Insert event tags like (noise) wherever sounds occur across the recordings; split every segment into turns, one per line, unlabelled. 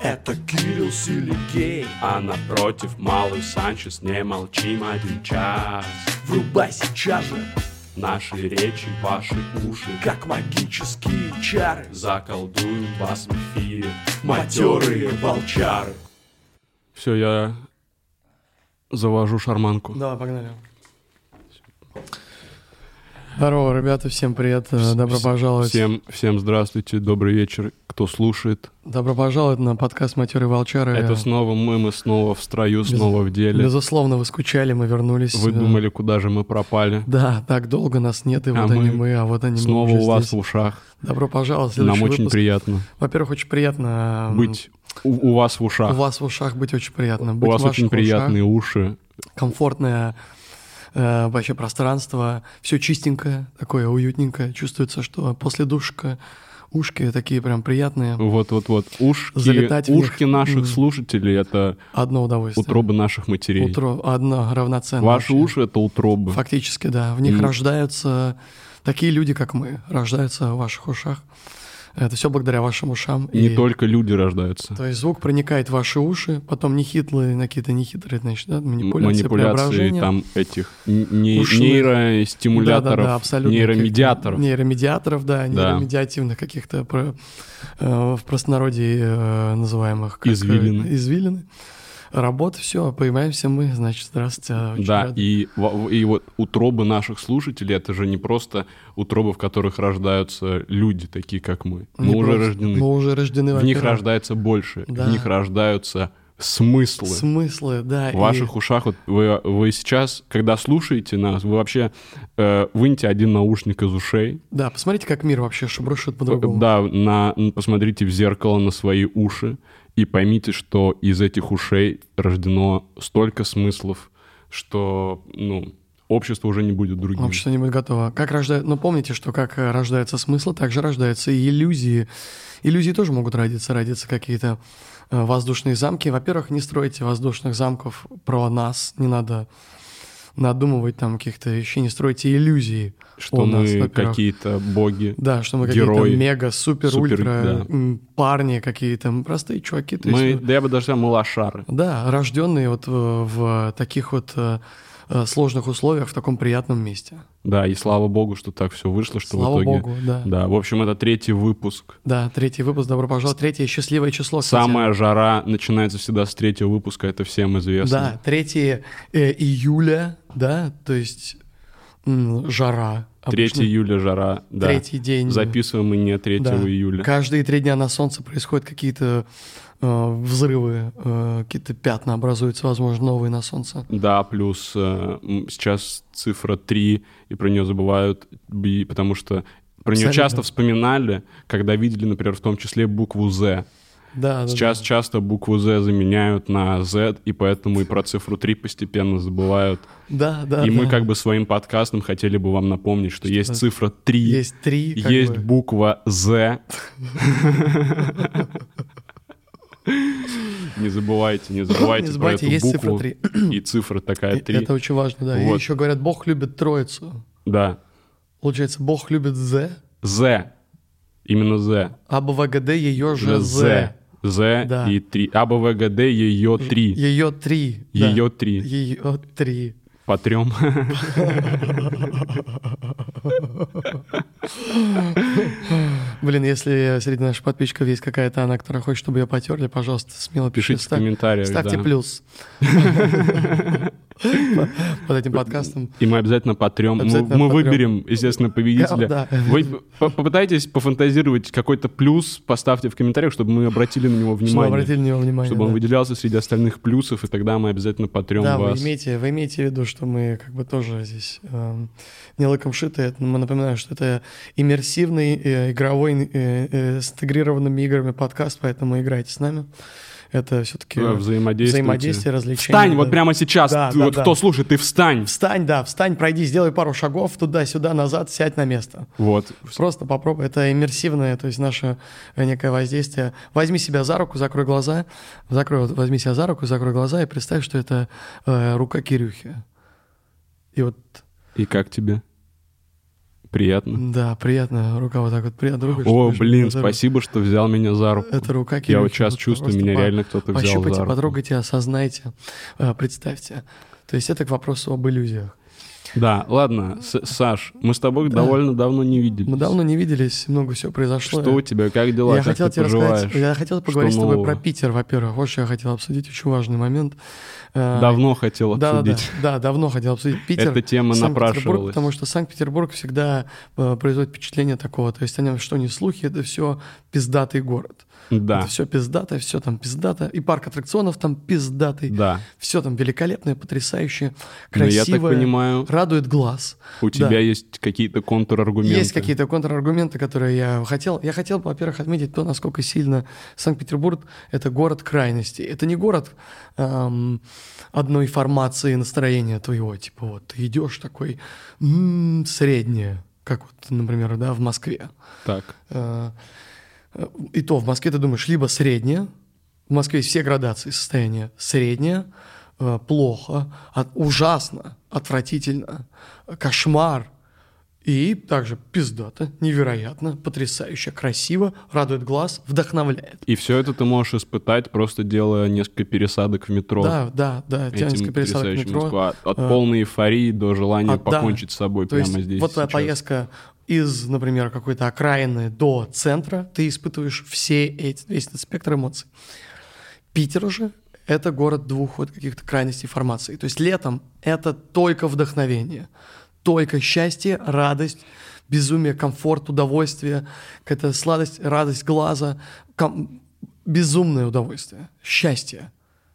Это Кирилл Силигей, а напротив Малый Санчес. Не молчим один час.
Врубай сейчас же,
Наши речи, ваши уши, как
как магические чары
заколдуют вас в эфире.
Матерые
Матерые
волчары
волчары. Все, я завожу шарманку.
Давай, погнали. Здорово, ребята, всем привет, э, добро пожаловать.
Всем, всем здравствуйте, добрый вечер, кто слушает.
Добро пожаловать на подкаст «Матерые волчары».
Это снова мы, мы снова в строю, снова в деле.
Безусловно, вы скучали, мы вернулись.
Вы
Э,
думали, куда же мы пропали?
Да, так долго нас нет, и
А
вот
мы
они мы, а вот они мы
Снова
уже
у вас в
здесь.
ушах.
Добро пожаловать.
Нам
Следующий
очень
выпуск.
приятно
Во-первых, очень приятно эм,
быть у, у вас в
у
ушах.
вас в ушах, быть очень приятно.
У
Быть
вас
в ваших
очень приятные уши.
ушах. комфортное э, вообще пространство, все чистенькое, такое уютненькое. Чувствуется, что после душка ушки такие прям приятные.
Вот-вот-вот.
Залетать
Ушки,
в них.
ушки наших слушателей — это
Одно удовольствие.
утробы наших матерей.
Утро одно равноценно.
Ваши
вообще.
уши — это утробы.
Фактически, да. В них
И-
рождаются такие люди, как мы, рождаются в ваших ушах. Это все благодаря вашим ушам.
Не
И-
только люди рождаются.
То есть звук проникает в ваши уши, потом нехитлые, на какие-то нехитрые, значит, да,
М-
манипуляции,
Манипуляции
преображения.
там этих н- не-
Ушных.
нейростимуляторов,
Да-да-да, абсолютно.
нейромедиаторов.
Каких- Нейромедиаторов, да, нейромедиативных каких-то про- э, в простонародье э, называемых. как, э,
Извилины.
Извилины. Работа, все, появляемся мы, значит, здравствуйте. а очень
Да,
рад.
и, во- и вот утробы наших слушателей это же не просто утробы, в которых рождаются люди, такие как мы. Мы
Не
Ну, уже
просто-
рождены.
Мы уже рождены.
в них
во-первых.
рождается больше,
Да.
в них рождаются смыслы.
Смыслы, да.
В
и-
ваших ушах вот вы, вы сейчас, когда слушаете нас, вы вообще э, выньте один наушник из ушей,
Да, посмотрите, как мир вообще шеброшит по-другому.
да, на н- посмотрите в зеркало на свои уши и поймите, что из этих ушей рождено столько смыслов, что ну общество уже не будет другим.
Общество не будет готово. Как рождают... Но помните, что как э, рождаются смыслы, так же рождаются и иллюзии. Иллюзии тоже могут родиться. Родятся какие-то э, воздушные замки. Во-первых, не стройте воздушных замков про нас. Не надо надумывать там каких-то вещей. Не стройте иллюзии.
Что
у нас,
мы
во-первых.
какие-то боги.
Да, что мы
Герои.
какие-то мега, супер,
Супер,
ультра
да.
м, парни какие-то, м, простые чуваки. То есть э,
мы, да я бы даже сказал, мы лошары.
Да, рожденные вот э, в таких вот э, э, сложных условиях, в таком приятном месте.
Да, и слава богу, что так все вышло, что
Слава
в итоге.
богу, да. да.
Да, в общем, это третий выпуск.
третий выпуск, добро пожаловать. Третье счастливое число. кстати.
Самая жара начинается всегда с третьего выпуска, это всем
Да,
известно.
3 э, июля, да, то есть м, жара.
Третий
Обычно
июля жара. Да.
Третий день.
Записываем мы не 3
Да.
июля.
Каждые три дня на солнце происходят какие-то э, взрывы, э, какие-то пятна образуются, возможно, новые на солнце.
Да, плюс э, м, сейчас цифра 3, и про нее забывают, и потому что про нее
Абсолютно.
часто вспоминали, когда видели, например, в том числе букву Z.
Да, да,
Сейчас
Ну да.
часто букву Z заменяют на Z, и поэтому и про цифру 3 постепенно забывают.
да, да,
и мы
да.
как бы своим подкастом хотели бы вам напомнить, что, есть цифра 3,
есть три, как
есть
бы.
буква Z. Не забывайте, не
Не
забывайте про
забывайте,
эту
есть цифра
букву.
три.
И цифра такая 3.
Это очень важно, да. И
Вот.
еще говорят, Бог любит Троицу.
Да.
Получается, Бог любит З,
З. Именно З.
а БВГД ее же
З.
З.
З
Да.
и 3. А, Б, В, Г, Д, ее 3.
Ее три. да.
Ее 3.
Ее три.
По трем.
Блин, если среди наших подписчиков есть какая-то она, которая хочет, чтобы ее потерли, пожалуйста, смело пишите.
Пишите в
Ста-
комментариях.
Ставьте
да.
плюс. (laughs) Под этим подкастом.
И мы обязательно потрем. Мы,
Обязательно
мы
потрем.
выберем, естественно, победителя.
Да.
Вы по- попытайтесь пофантазировать какой-то плюс, поставьте в комментариях, чтобы мы обратили на него
Чтобы
внимание.
обратили на него внимание.
чтобы он
да.
выделялся среди остальных плюсов, и тогда мы обязательно потрем
Да,
вас.
вы имеете, вы имеете в виду, что мы как бы тоже здесь эм, не лыком шиты. Это, мы напоминаем, что это иммерсивный э, игровой э, э, с интегрированными играми подкаст, поэтому играйте с нами. Это все-таки
Да, взаимодействуйте.
э, взаимодействие, развлечение.
Встань
да.
вот прямо сейчас,
Да,
ты-
да,
вот
да.
кто слушает, ты встань.
Встань, да, встань, пройди, сделай пару шагов туда-сюда, назад, сядь на место.
Вот.
Просто попробуй. Это иммерсивное, то есть наше э, некое воздействие. Возьми себя за руку, закрой глаза, закрой, вот, возьми себя за руку, закрой глаза и представь, что это э, рука Кирюхи. И вот
И как тебе? Приятно.
Да, приятно. Рука вот так вот приятно. рукой,
О,
чтобы-
блин,
это ру-
спасибо, что взял меня за руку.
Это рука
Я вот
Кирюхи,
сейчас
вот
чувствую,
просто
меня
по-
реально кто-то взял за
Пощупайте,
руку.
потрогайте, осознайте, э, представьте. То есть это к вопросу об иллюзиях.
Да, ладно, С- Саш, мы с тобой довольно давно не виделись.
Мы давно не виделись, много всего произошло.
Что у тебя, как дела,
я
как
хотел
ты
тебе рассказать,
поживаешь?
я хотел
Что
поговорить с тобой
нового?
про Питер, во-первых. Вот что я хотел обсудить, очень важный момент. Э,
Давно хотел
да, да, да,
обсудить.
да, давно хотел обсудить Питер.
Эта тема
Санкт-Петербург,
напрашивалась.
Потому что Санкт-Петербург всегда э, производит впечатление такого. То есть о нем что ни слухи, это все пиздатый город.
Да,
Это все пиздато, все там пиздато. И парк аттракционов там пиздатый.
да.
Все там великолепное, потрясающее,
Но я
красивое.
так понимаю,
радует глаз.
у
Да.
тебя есть какие-то контраргументы.
Есть какие-то контраргументы, которые я хотел. Я хотел, во-первых, отметить то, насколько сильно Санкт-Петербург — это город крайностей. Это не город эм, одной формации настроения твоего. Типа вот ты идешь такой «М, среднее, как вот, например, да, в Москве.
Так,
Э, э, И то в Москве ты думаешь либо среднее, в Москве есть все градации состояния, среднее, э, плохо, от- ужасно, отвратительно, э, кошмар, и также пиздато, невероятно, потрясающе, красиво, радует глаз, вдохновляет.
и все это ты можешь испытать, просто делая несколько пересадок в метро.
Да, да, да,
этим
Тянинская пересадка
потрясающим
метро.
Москва. От, от
А,
полной эйфории до желания
А, да.
покончить с собой
То
прямо
есть
здесь.
Вот
и
твоя
сейчас.
поездка из, например, какой-то окраины до центра, ты испытываешь все эти, весь этот спектр эмоций. Питер же — это город двух вот каких-то крайностей формаций. То есть летом это только вдохновение, только счастье, радость, безумие, комфорт, удовольствие, какая-то сладость, радость глаза, ком- безумное удовольствие, счастье.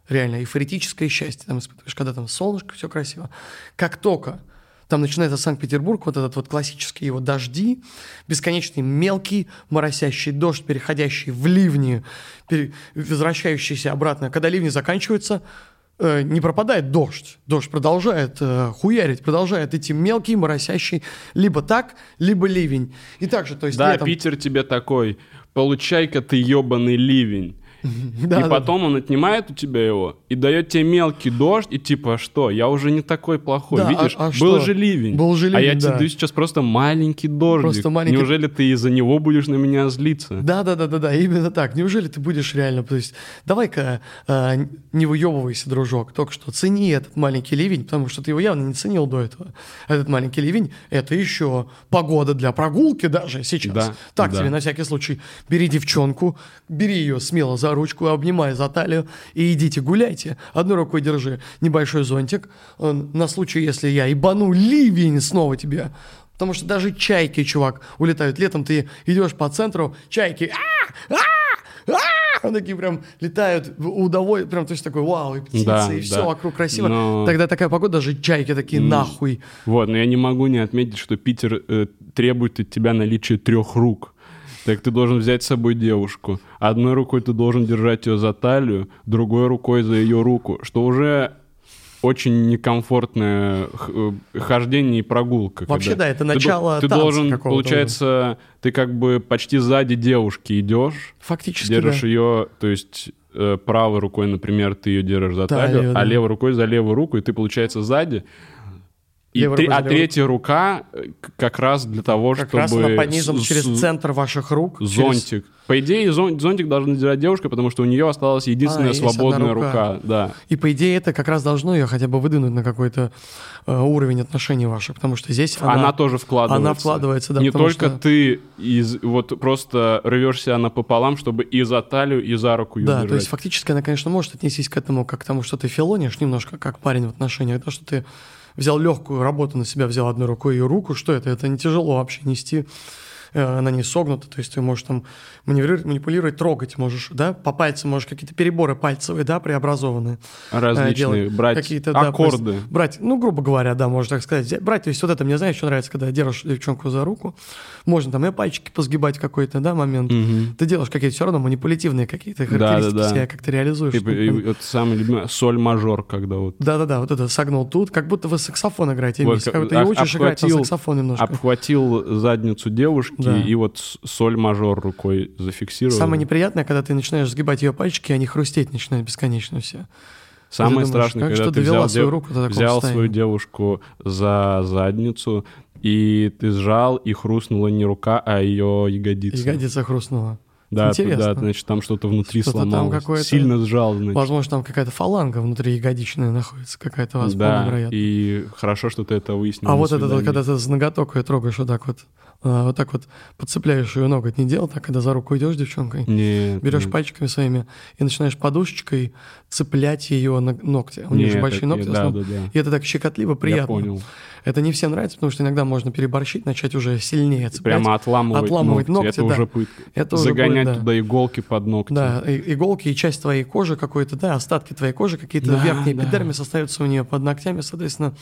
Реально, эйфоритическое счастье там испытываешь, когда там солнышко, все красиво. Как только там начинается Санкт-Петербург, вот этот вот классический его дожди, бесконечный мелкий моросящий дождь, переходящий в ливни, пере- возвращающийся обратно. Когда ливни заканчиваются, э, не пропадает дождь. Дождь продолжает э, хуярить, продолжает идти мелкий моросящий либо так, либо ливень. И также, то есть
Да,
летом-
Питер тебе такой, получай-ка ты
(laughs)
ебаный ливень.
Да,
и
да,
потом он отнимает у тебя его и дает тебе мелкий дождь, и типа, что, я уже не такой плохой,
Да, а-
видишь,
а
был
что?
же ливень.
Был же
А я
ливень,
тебе
да.
даю сейчас просто маленький дождик.
Просто маленький-
Неужели ты из-за него будешь на меня злиться?
Да, да, да, да, да, именно так. Неужели ты будешь реально, то есть, давай-ка э, не выебывайся, дружок, только что цени этот маленький ливень, потому что ты его явно не ценил до этого. А Этот маленький ливень – это еще погода для прогулки даже сейчас.
Да,
так
да.
тебе на всякий случай бери девчонку, бери ее смело за ручку, обнимай за талию и идите гуляйте. Одной рукой держи небольшой зонтик э, на случай, если я ебану ливень снова тебе. Потому что даже чайки, чувак, улетают. Летом ты идешь по центру, чайки «А! А! А!» такие прям летают в удоволь, прям то есть такой вау, и птицы,
Да,
и все
да.
вокруг красиво.
Но-
Тогда такая погода, даже чайки такие нахуй.
Вот, но я не могу не отметить, что Питер э, требует от тебя наличие трех рук. Так ты должен взять с собой девушку. Одной рукой ты должен держать ее за талию, другой рукой за ее руку, что уже очень некомфортное х- э, хождение и прогулка.
Вообще, да, это
ты до-
начало
Ты,
танца
должен,
какого-то
получается, ты как бы почти сзади девушки идешь,
Фактически,
держишь
да.
ее, то есть э, правой рукой, например, ты ее держишь за
Талию,
талию, а
да.
левой рукой за левую руку, и ты, получается, сзади. И
Левой
три-
рукой за
а
левую
третья рука э, к- как раз для того,
Как
чтобы...
раз она под низом
с-
через
с-
центр ваших рук. через-
Зонтик. По идее, зон- зонтик должна держать девушка, потому что у нее осталась единственная
А, есть одна
свободная
рука.
рука. Да.
И по идее это как раз должно ее хотя бы выдвинуть на какой-то э, уровень отношений ваших, потому что здесь она,
Она, тоже вкладывается.
она вкладывается, да,
Не
потому
только
что-
ты из, вот просто рвешься напополам, чтобы и за талию, и за руку ее
Да,
держать.
то есть фактически она, конечно, может отнестись к этому как к тому, что ты филонишь немножко, как парень в отношениях, то, что ты взял легкую работу на себя, взял одной рукой ее руку, что это? Это не тяжело вообще нести, э, она не согнута, то есть ты можешь там маневрировать, манипулировать, трогать можешь, да, по пальцам можешь какие-то переборы пальцевые, да, преобразованные. э,
Различные,
делать.
брать
да,
аккорды.
просто брать, ну, грубо говоря, да, можно так сказать, взять- брать, то есть вот это мне, знаешь, что нравится, когда держишь девчонку за руку, можно там и пальчики позгибать какой-то, да, момент, ты делаешь какие-то все равно манипулятивные какие-то
да,
характеристики
да.
себя как-то реализуешь.
И- Типа, и- и вот самый любимый соль мажор, когда вот
Да-да-да, вот это согнул тут, как будто вы саксофон играете
Вот
вместе,
как-
как будто ее
об-
учишь играть на
обхватил-
саксофон немножко.
обхватил задницу девушки
Да.
и вот с- соль мажор рукой зафиксировал.
Самое неприятное, когда ты начинаешь сгибать ее пальчики, и они хрустеть начинают бесконечно все.
Самое
ты думаешь,
страшное,
как
когда
что
ты
довела
взял,
свою
дев-
руку до такого
взял свою
состояния?
девушку за задницу, и ты сжал, и хрустнула не рука, а ее ягодица.
Ягодица хрустнула.
Да, ты-
Интересно.
да, значит, там что-то внутри
Что-то там
сломалось.
какое-то-
Сильно сжал, значит.
Возможно, там какая-то фаланга внутри ягодичная находится, какая-то у вас вполне
да,
вероятно.
и хорошо, что ты это выяснил.
А
на
вот это, вот,
свидании.
когда ты с ноготок ее трогаешь вот так вот, а, вот так вот подцепляешь ее ноготь, не делал так, когда за руку идешь девчонкой,
Нет,
берешь
нет.
пальчиками своими и начинаешь подушечкой цеплять ее на ногти. У нее
Нет,
же большие
это-
ногти. в
да,
основном.
да, да.
И это так щекотливо, приятно.
Я понял.
Это не всем нравится, потому что иногда можно переборщить, начать уже сильнее цеплять.
Прямо отламывать,
отламывать ногти,
это
да.
уже пытка.
Это уже
Загонять
будет, да.
туда иголки под ногти.
Да, и- иголки и часть твоей кожи какой-то, да, остатки твоей кожи, какие-то
Да,
верхние
да.
эпидермис остаются у нее под ногтями, соответственно,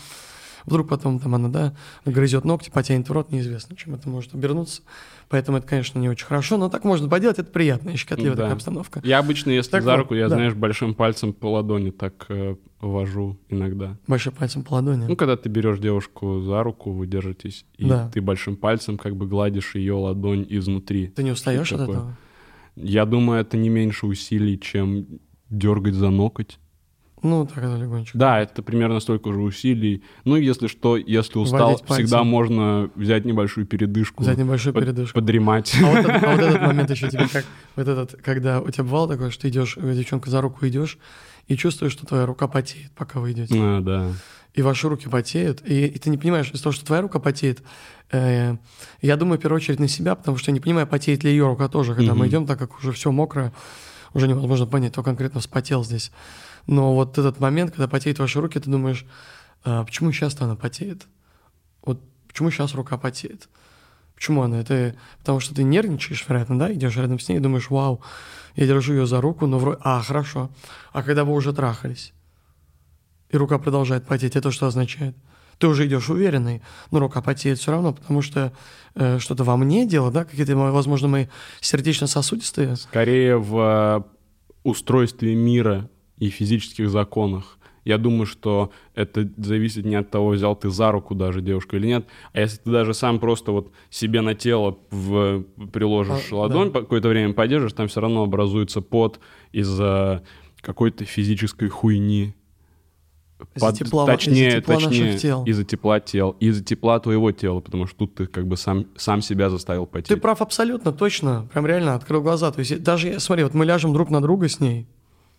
вдруг потом там она, да, грызет ногти, потянет в рот, неизвестно, чем это может обернуться. Поэтому это, конечно, не очень хорошо, но так можно поделать, это приятная, щекотливая
Да.
такая обстановка.
Я обычно, если
Так
за
вот,
руку, я,
да.
знаешь, большим пальцем по ладони так э, вожу иногда.
Большим пальцем по
Ну,
ладони.
когда ты берешь девушку за руку, вы держитесь, и
Да.
ты большим пальцем как бы гладишь ее ладонь изнутри.
Ты не устаешь от
такое.
этого?
Я думаю, это не меньше усилий, чем дергать за ноготь.
Ну, так это легонечко.
Да, это примерно столько же усилий. Ну, если что, если устал,
Валить пальцем.
всегда можно взять небольшую передышку.
Взять небольшую
под-
передышку.
Подремать. (laughs)
А вот, этот, а вот этот момент еще тебе как, вот этот, когда у тебя бывало такое, что идешь, э, девчонка за руку идешь, и чувствуешь, что твоя рука потеет, пока вы идете.
А, да.
и ваши руки потеют, и, и ты не понимаешь, из-за того, что твоя рука потеет, э, я думаю в первую очередь на себя, потому что я не понимаю, потеет ли ее рука тоже, когда мы идем, так как уже все мокрое, уже невозможно понять, кто конкретно вспотел здесь. Но вот этот момент, когда потеют ваши руки, ты думаешь, «А почему сейчас-то она потеет? Вот почему сейчас рука потеет? Почему она? Это потому что ты нервничаешь, вероятно, да? Идешь рядом с ней и думаешь, вау, я держу ее за руку, но вроде... А, хорошо. А когда вы уже трахались? и рука продолжает потеть, это что означает? Ты уже идешь уверенный, но рука потеет все равно, потому что э, что-то во мне дело, да, какие-то, мои, возможно, мои сердечно-сосудистые.
Скорее в э, устройстве мира и физических законах. Я думаю, что это зависит не от того, взял ты за руку даже девушку или нет. А если ты даже сам просто вот себе на тело в- приложишь
А,
ладонь,
да.
по- какое-то время подержишь, там все равно образуется пот из-за какой-то физической хуйни.
Из-за тепла-
точнее,
из-за тепла наших
точнее,
тел.
Из-за тепла тел. Из-за тепла твоего тела, потому что тут ты как бы сам, сам себя заставил потеть.
Ты прав абсолютно, точно, прям реально открыл глаза. То есть я- даже, я- смотри, вот мы ляжем друг на друга с ней,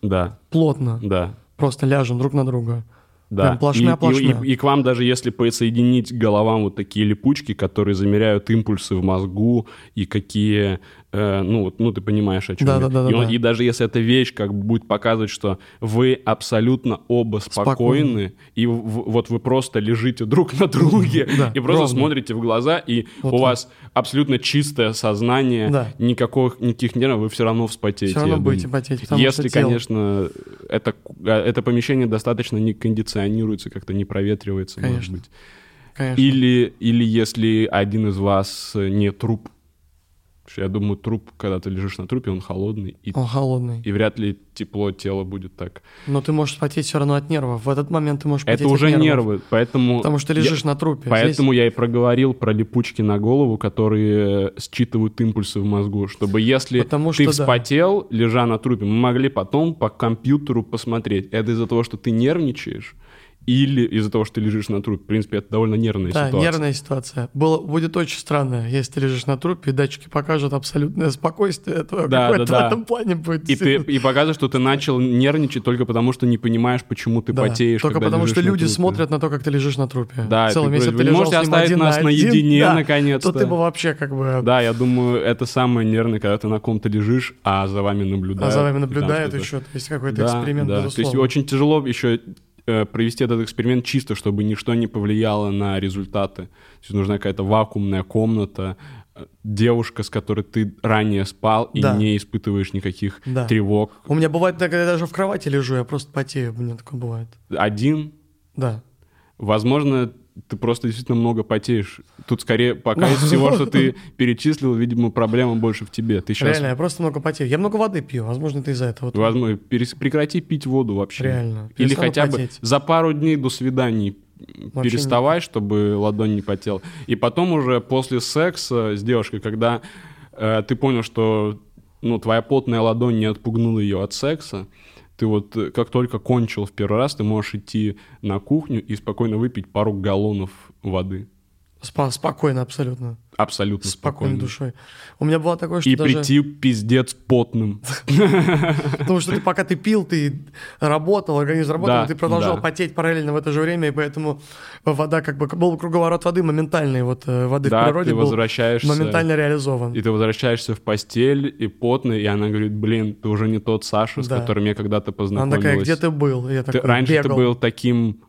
Да,
плотно,
да.
просто ляжем друг на друга.
Да.
Прям плашмя,
и, и-
плашмя.
И, и к вам даже если присоединить к головам вот такие липучки, которые замеряют импульсы в мозгу и какие, э, ну вот, ну ты понимаешь о чем я.
Да-да-да-да-да.
и, он- и даже если эта вещь как бы будет показывать, что вы абсолютно оба спокойны, и в- в- вот вы просто лежите друг на друге
Да,
и просто
ровно.
смотрите в глаза, и
Вот
у
так.
вас абсолютно чистое сознание,
Да.
никаких никаких нервов, вы все равно вспотеете.
Всё равно
я
будете
думаю.
потеть, потому
Если,
что тело-
конечно конечно, это, ку- а, это помещение достаточно не кондиционируется, как-то не проветривается,
Конечно.
может быть.
Конечно.
Или, или если один из вас э, не труп. Потому что Я думаю, труп, когда ты лежишь на трупе, он холодный, и,
Он холодный.
и вряд ли тепло тела будет так.
Но ты можешь потеть все равно от нервов. В этот момент ты можешь потеть
это
от
уже
нервов,
нервы, поэтому...
Потому что
я-
лежишь на трупе. а Здесь-
Поэтому я и проговорил про липучки на голову, которые э, считывают импульсы в мозгу, чтобы если
Потому
ты
что да.
вспотел, лежа на трупе, мы могли потом по компьютеру посмотреть. Это из-за того, что ты нервничаешь, или из-за того, что ты лежишь на трупе. В принципе, это довольно нервная
Да,
ситуация.
нервная ситуация. Было, будет очень странно, если ты лежишь на трупе, и датчики покажут абсолютное спокойствие. твое
Да,
какое-то
да, да.
в этом плане будет.
И, ты, и показывает, что ты начал нервничать только потому, что не понимаешь, почему
(laughs)
ты
Да,
потеешь.
Только
когда
потому,
лежишь
что
на
люди
трупе.
смотрят на то, как ты лежишь на трупе.
Да,
В целом,
ты
если
говоришь,
бы
«Вы
ты лежал
можете
с ним
оставить
один
нас
на
наедине,
один, да,
наконец-то?»
То ты бы вообще как бы...
Да, я думаю, это самое нервное, когда ты на ком-то лежишь, а за вами
а
наблюдают.
за вами
и там
наблюдают
что-то.
еще, то есть какой-то
Да,
эксперимент,
да. То
безусловно.
есть очень тяжело еще э, провести этот эксперимент чисто, чтобы ничто не повлияло на результаты. То есть нужна какая-то вакуумная комната, э, девушка, с которой ты ранее спал и
Да.
не испытываешь никаких
Да.
тревог.
У меня бывает, так, когда я даже в кровати лежу, я просто потею, у меня такое бывает.
Один,
Да.
возможно, ты просто действительно много потеешь. Тут
(laughs)
скорее, пока из всего, что ты перечислил, видимо, проблема больше в тебе. Ты сейчас,
Ну. Реально, я просто много потею. Я много воды пью, возможно, это из-за этого. тоже.
возможно, перес- прекрати пить воду вообще.
Реально.
Или
Перестану
хотя бы
потеть.
за пару дней до свиданий
Вообще
переставай, чтобы ладонь не потела. И потом уже после секса с девушкой, когда э, ты понял, что ну, твоя потная ладонь не отпугнула ее от секса, ты вот э, как только кончил в первый раз, ты можешь идти на кухню и спокойно выпить пару галлонов воды.
Спа- спокойно абсолютно.
Абсолютно
Спокойной
спокойно.
душой. У меня было такое, что
И
даже...
прийти пиздец потным.
(laughs) Потому что ты, пока ты пил, ты работал, организм работал,
Да,
ты продолжал
да.
потеть параллельно в это же время, и поэтому вода, как бы, был круговорот воды моментальный, вот э, воды в
Да,
природе
ты
был
возвращаешься.
моментально реализован.
И ты возвращаешься в постель и потный, и она говорит, блин, ты уже не тот Саша, с
Да.
которым я когда-то
Она
познакомилась.
такая, где ты был? И я
Ты-
такой,
раньше ты
«Бегал».
был таким...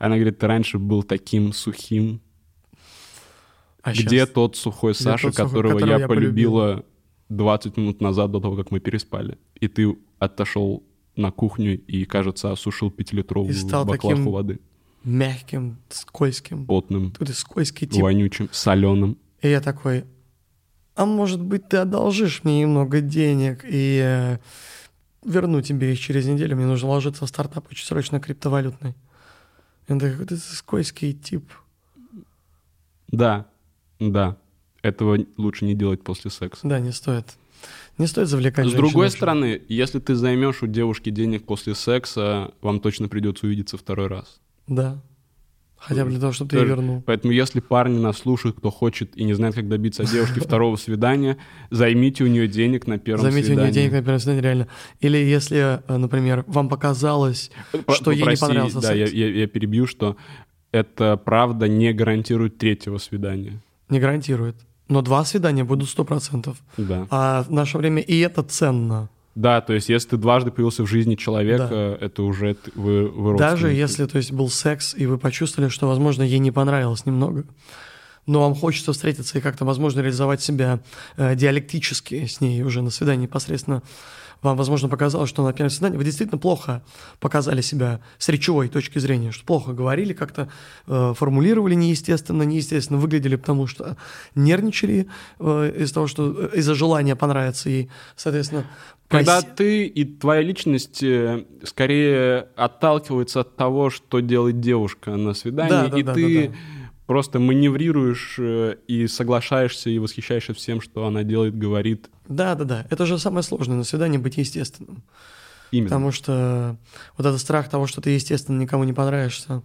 Она говорит, ты раньше был таким сухим.
А
Где
щас?
тот сухой
Где
Саша,
тот сухой,
которого,
которого
я
я
полюбила 20 минут назад до того, как мы переспали? И ты отошел на кухню и, кажется, осушил пятилитровую
И стал
баклажку
таким-
воды.
Мягким, скользким.
Потным,
Ты скользкий тип.
вонючим, соленым.
И я такой, а может быть, ты одолжишь мне немного денег и э, верну тебе их через неделю. Мне нужно ложиться в стартап очень срочно криптовалютный. И он такой, ты скользкий тип.
Да, да. Этого лучше не делать после секса.
Да, не стоит. Не стоит завлекать
С
женщин
другой
очень.
стороны, если ты займешь у девушки денег после секса, вам точно придется увидеться второй раз.
Да. Хотя бы для того, чтобы ты ее
Тоже-
вернул.
Поэтому, если парни нас слушают, кто хочет и не знает, как добиться
(laughs)
от девушки второго свидания, займите у нее денег на первом
Заметьте, у
свидании.
нее денег на первое свидание реально. Или если, э, например, вам показалось,
П-
что ей не
попроси-
понравился
Да, я,
секс.
я- я перебью, что это правда не гарантирует третьего свидания.
Не гарантирует. Но два свидания будут 100%.
Да.
А в наше время и это ценно.
Да, то есть, если ты дважды появился в жизни человека, это уже т- вы, вы
Даже
родственники.
если, то есть, был секс, и вы почувствовали, что, возможно, ей не понравилось немного, но вам хочется встретиться и как-то, возможно, реализовать себя э, диалектически с ней уже на свидании непосредственно. Вам, возможно, показалось, что на первом свидании вы действительно плохо показали себя с речевой точки зрения, что плохо говорили, как-то э, формулировали неестественно, неестественно выглядели, потому что нервничали э, из-за того, что э, из-за желания понравиться ей, соответственно.
Когда
проси-
ты и твоя личность э, скорее отталкивается от того, что делает девушка на свидании,
Да, да,
и
да,
ты
да, да.
просто маневрируешь э, и соглашаешься и восхищаешься всем, что она делает, говорит.
Да, да, да. Это же самое сложное на свидании быть естественным.
Именно.
Потому что вот этот страх того, что ты, естественно, никому не понравишься,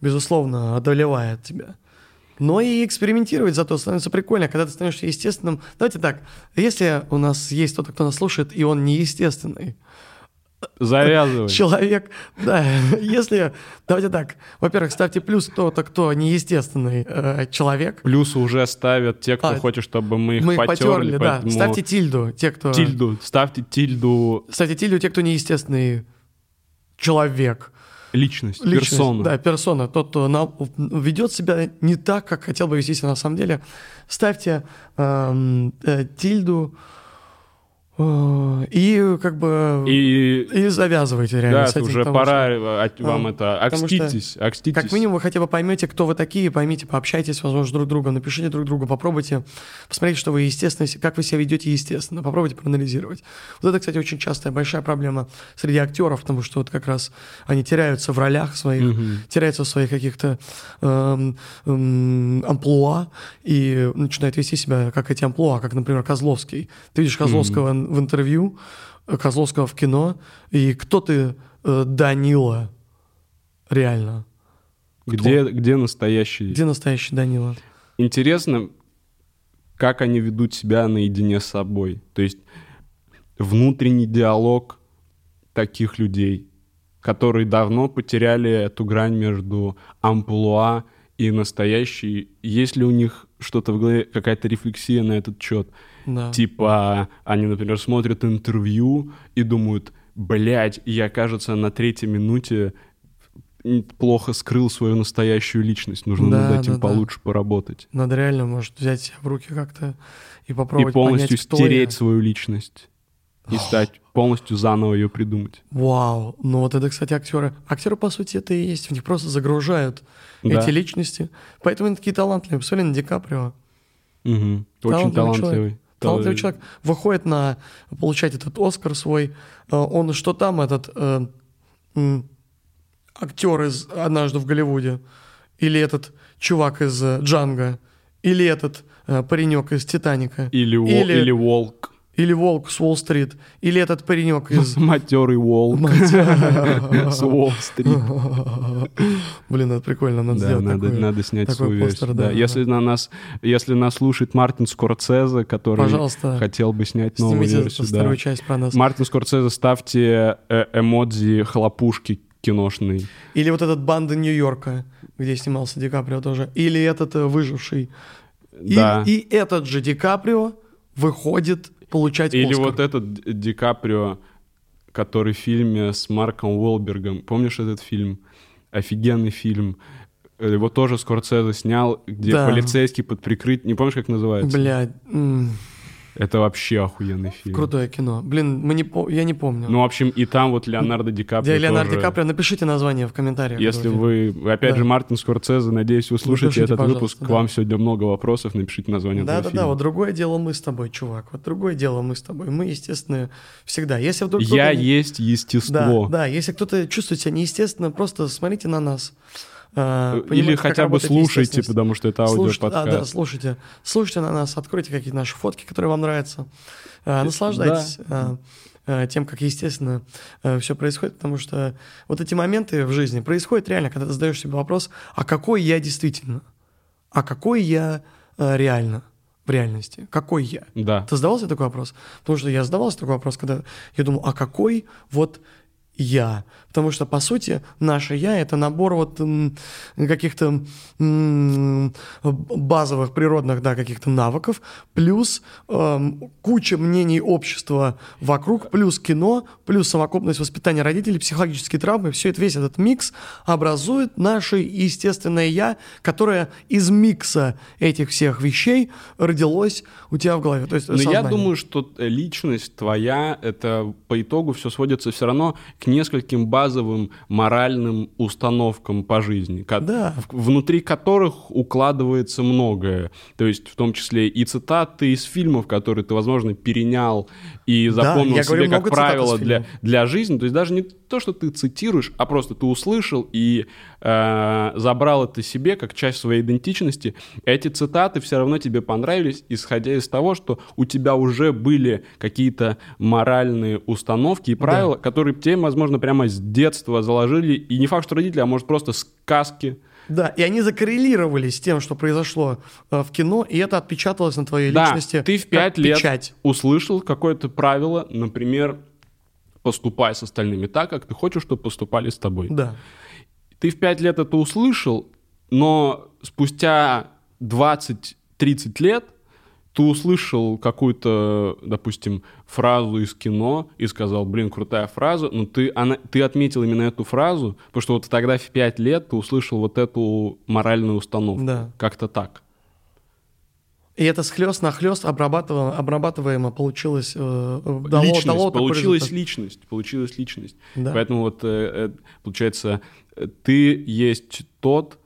безусловно, одолевает тебя. Но и экспериментировать зато становится прикольно, когда ты становишься естественным. Давайте так, если у нас есть кто-то, кто нас слушает, и он неестественный,
Завязывай.
человек, да, (laughs) если, давайте так, во-первых, ставьте плюс кто-то, кто неестественный э, человек,
Плюс уже ставят те, кто
А,
хочет, чтобы мы их
мы их
потерли.
потерли, да,
поэтому
ставьте тильду, те, кто...
тильду. Ставьте тильду
Ставьте тильду, те, кто неестественный человек.
личность,
Личность,
персону.
Да, персона. Тот, кто на- ведет себя не так, как хотел бы вести себя на самом деле. Ставьте эм, э, тильду э, и как бы...
И
и завязывайте реально
да,
с этим,
уже
потому что-
пора э, от- вам
а,
это.
потому что
Окститесь, окститесь.
как минимум вы хотя бы поймете, кто вы такие, поймите, пообщайтесь, возможно, друг с другом, напишите друг другу, попробуйте посмотреть, что вы естественно, се- как вы себя ведете естественно, попробуйте проанализировать. Вот это, кстати, очень частая большая проблема среди актеров, потому что вот как раз они теряются в ролях своих, теряются в своих каких-то эм, эм, амплуа и начинают вести себя как эти амплуа, как, например, Козловский. Ты видишь Козловского в интервью, э, Козловского в кино, и кто ты, э, Данила, реально?
Где, где настоящий
Где настоящий Данила?
Интересно, как они ведут себя наедине с собой. То есть внутренний диалог таких людей, которые давно потеряли эту грань между амплуа и настоящий. Есть ли у них что-то в голове, какая-то рефлексия на этот счет?
Да.
Типа, они, например, смотрят интервью и думают, блядь, я, кажется, на третьей минуте плохо скрыл свою настоящую личность. Нужно
Да,
над этим
да, да.
получше поработать.
Надо реально, может, взять себя в руки как-то и
И
попробовать
полностью
понять, кто
стереть
я.
свою личность. И стать полностью заново ее придумать.
Вау. Ну вот это, кстати, актеры. Актеры, по сути, это и есть. В них просто загружают
Да.
эти личности. Поэтому они такие талантливые. Посмотри на Ди Каприо.
Мгм. Очень
человек.
талантливый.
Талантливый человек выходит на получать этот Оскар свой. Э, Он что там этот э, м, актер из однажды в Голливуде, или этот чувак из э, Джанго, или этот э, паренек из Титаника,
Или, Уо-
Или-
или волк.
или волк с Уолл-стрит, или этот паренек
(laughs)
из...
Матерый волк
(laughs)
с Уолл-стрит.
Блин, это прикольно, надо
Да,
сделать
надо,
такую-
надо снять
такой
свою версию.
постер,
да.
да,
если на нас, если нас слушает Мартин Скорцезе, который
Пожалуйста,
хотел бы снять новую
Снимите эту
версию, да.
вторую часть про нас.
Мартин Скорцезе, ставьте э, эмодзи хлопушки киношной.
Или вот этот «Банда Нью-Йорка», где снимался Ди Каприо тоже. Или этот э, «Выживший». И,
да.
и этот же Ди Каприо выходит получать
Или
Оскар.
вот этот Д- Ди Каприо, который в фильме с Марком Уолбергом. Помнишь этот фильм? Офигенный фильм. Э, Его тоже Скорцезе снял, где
Да.
полицейский под прикрыт... Не помнишь, как называется?
Блядь, м,
Это вообще охуенный фильм.
крутое кино. Блин, мы не по- я не помню.
Ну, в общем, и там вот Леонардо Ди Каприо
Где Леонардо
тоже.
Ди Каприо, напишите название в комментариях.
Если
этого
вы, опять
Да.
же, Мартин Скорцезе, надеюсь, вы слушаете
Напишите,
этот
пожалуйста,
выпуск. К
да.
вам сегодня много вопросов. Напишите название
Да,
этого
да,
фильма.
да. Вот другое дело мы с тобой, чувак. Вот другое дело мы с тобой. Мы, естественно, всегда. Если вдруг кто-то
Я
не-
есть
Да,
естество.
да. Если кто-то чувствует себя неестественно, просто смотрите на нас. А,
Или
понимаете, как
хотя бы
работает
слушайте,
естественность.
потому что это
Слушайте,
аудиоподкаст.
да, да, слушайте. Слушайте на нас, откройте какие-то наши фотки, которые вам нравятся. А, Наслаждайтесь а, а, тем, как естественно все происходит, потому что вот эти моменты в жизни происходят реально, когда ты задаешь себе вопрос, а какой я действительно? А какой я э, реально? В реальности. Какой я?
Да.
Ты задавался себе такой вопрос? Потому что я задавался такой вопрос, когда я думал, а какой вот я? Потому что, по сути, наше я — это набор вот м, каких-то м, базовых природных, да, каких-то навыков, плюс эм, куча мнений общества вокруг, плюс кино, плюс совокупность воспитания родителей, психологические травмы, все это, весь этот микс образует наше естественное я, которое из микса этих всех вещей родилось у тебя в голове. То есть
Но Ну, я
сознание.
думаю, что э, личность твоя, это по итогу все сводится все равно к нескольким базовым моральным установкам по жизни, ко-
Да.
в- внутри которых укладывается многое. То есть в том числе и цитаты из фильмов, которые ты, возможно, перенял и
Да,
запомнил
я говорю,
себе как
много цитат из
правило для,
фильмов.
для жизни. То есть даже не то, что ты цитируешь, а просто ты услышал и э, забрал это себе как часть своей идентичности. Эти цитаты все равно тебе понравились, исходя из того, что у тебя уже были какие-то моральные установки и правила, которые тебе, возможно, прямо с детства заложили. И не факт, что родители, а может просто сказки.
Да, и они закоррелировали с тем, что произошло э, в кино, и это отпечаталось на твоей личности.
Да, ты в
как
пять лет
Печать.
услышал какое-то правило, например, поступай с остальными так, как ты хочешь, чтобы поступали с тобой.
Да.
Ты в 5 лет это услышал, но спустя 20-30 лет ты услышал какую-то, допустим, фразу из кино и сказал, блин, крутая фраза, но ты, она, ты отметил именно эту фразу, потому что вот тогда в 5 лет ты услышал вот эту моральную установку.
Да.
Как-то так.
И это схлест нахлест обрабатываемо, обрабатываемо получилось. э, э, дало-
типа, личность,
дало такой
получилась
результат.
личность, получилась личность.
Да.
Поэтому вот э, э, получается, э, ты есть тот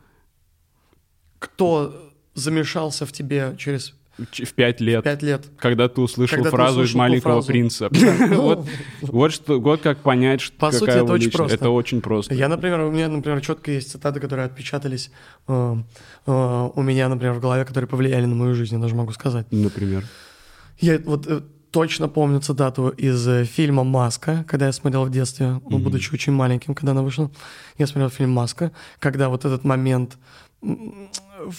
Кто замешался в тебе через
ч- в 5 лет.
пять лет?
когда ты услышал
Когда ты
фразу из
услышал ту
маленького
фразу. (laughs)
принца. (laughs) Вот, вот что, вот как понять, что
По сути,
какая
это
вы
очень
личность.
просто.
Это очень просто.
Я, например, у меня, например, четко есть цитаты, которые отпечатались э, э, у меня, например, в голове, которые повлияли на мою жизнь, я даже могу сказать.
Например.
Я вот э, точно помню цитату из э, фильма «Маска», когда я смотрел в детстве, ну, будучи очень маленьким, когда она вышла. Я смотрел фильм «Маска», когда вот этот момент, м,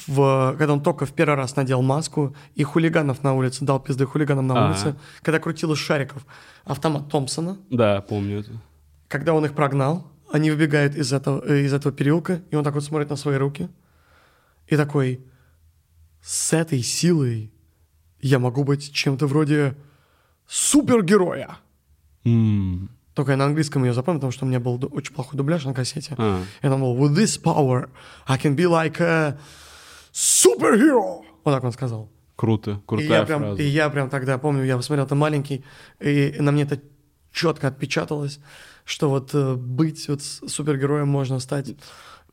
в, когда он только в первый раз надел маску и хулиганов на улице, дал пизды хулиганам на
Ага.
улице, когда крутил из шариков автомат Томпсона,
Да, помню это.
когда он их прогнал, они выбегают из этого, э, из этого переулка, и он так вот смотрит на свои руки и такой, с этой силой я могу быть чем-то вроде супергероя.
М,
Только я на английском ее запомнил, потому что у меня был ду- очень плохой дубляж на кассете.
А.
И там был «With this power I can be like a superhero». Вот так он сказал.
Круто,
И
крутая
я, прям,
фраза.
и я прям тогда помню, я посмотрел, это маленький, и на мне это четко отпечаталось, что вот э, быть вот с- супергероем можно стать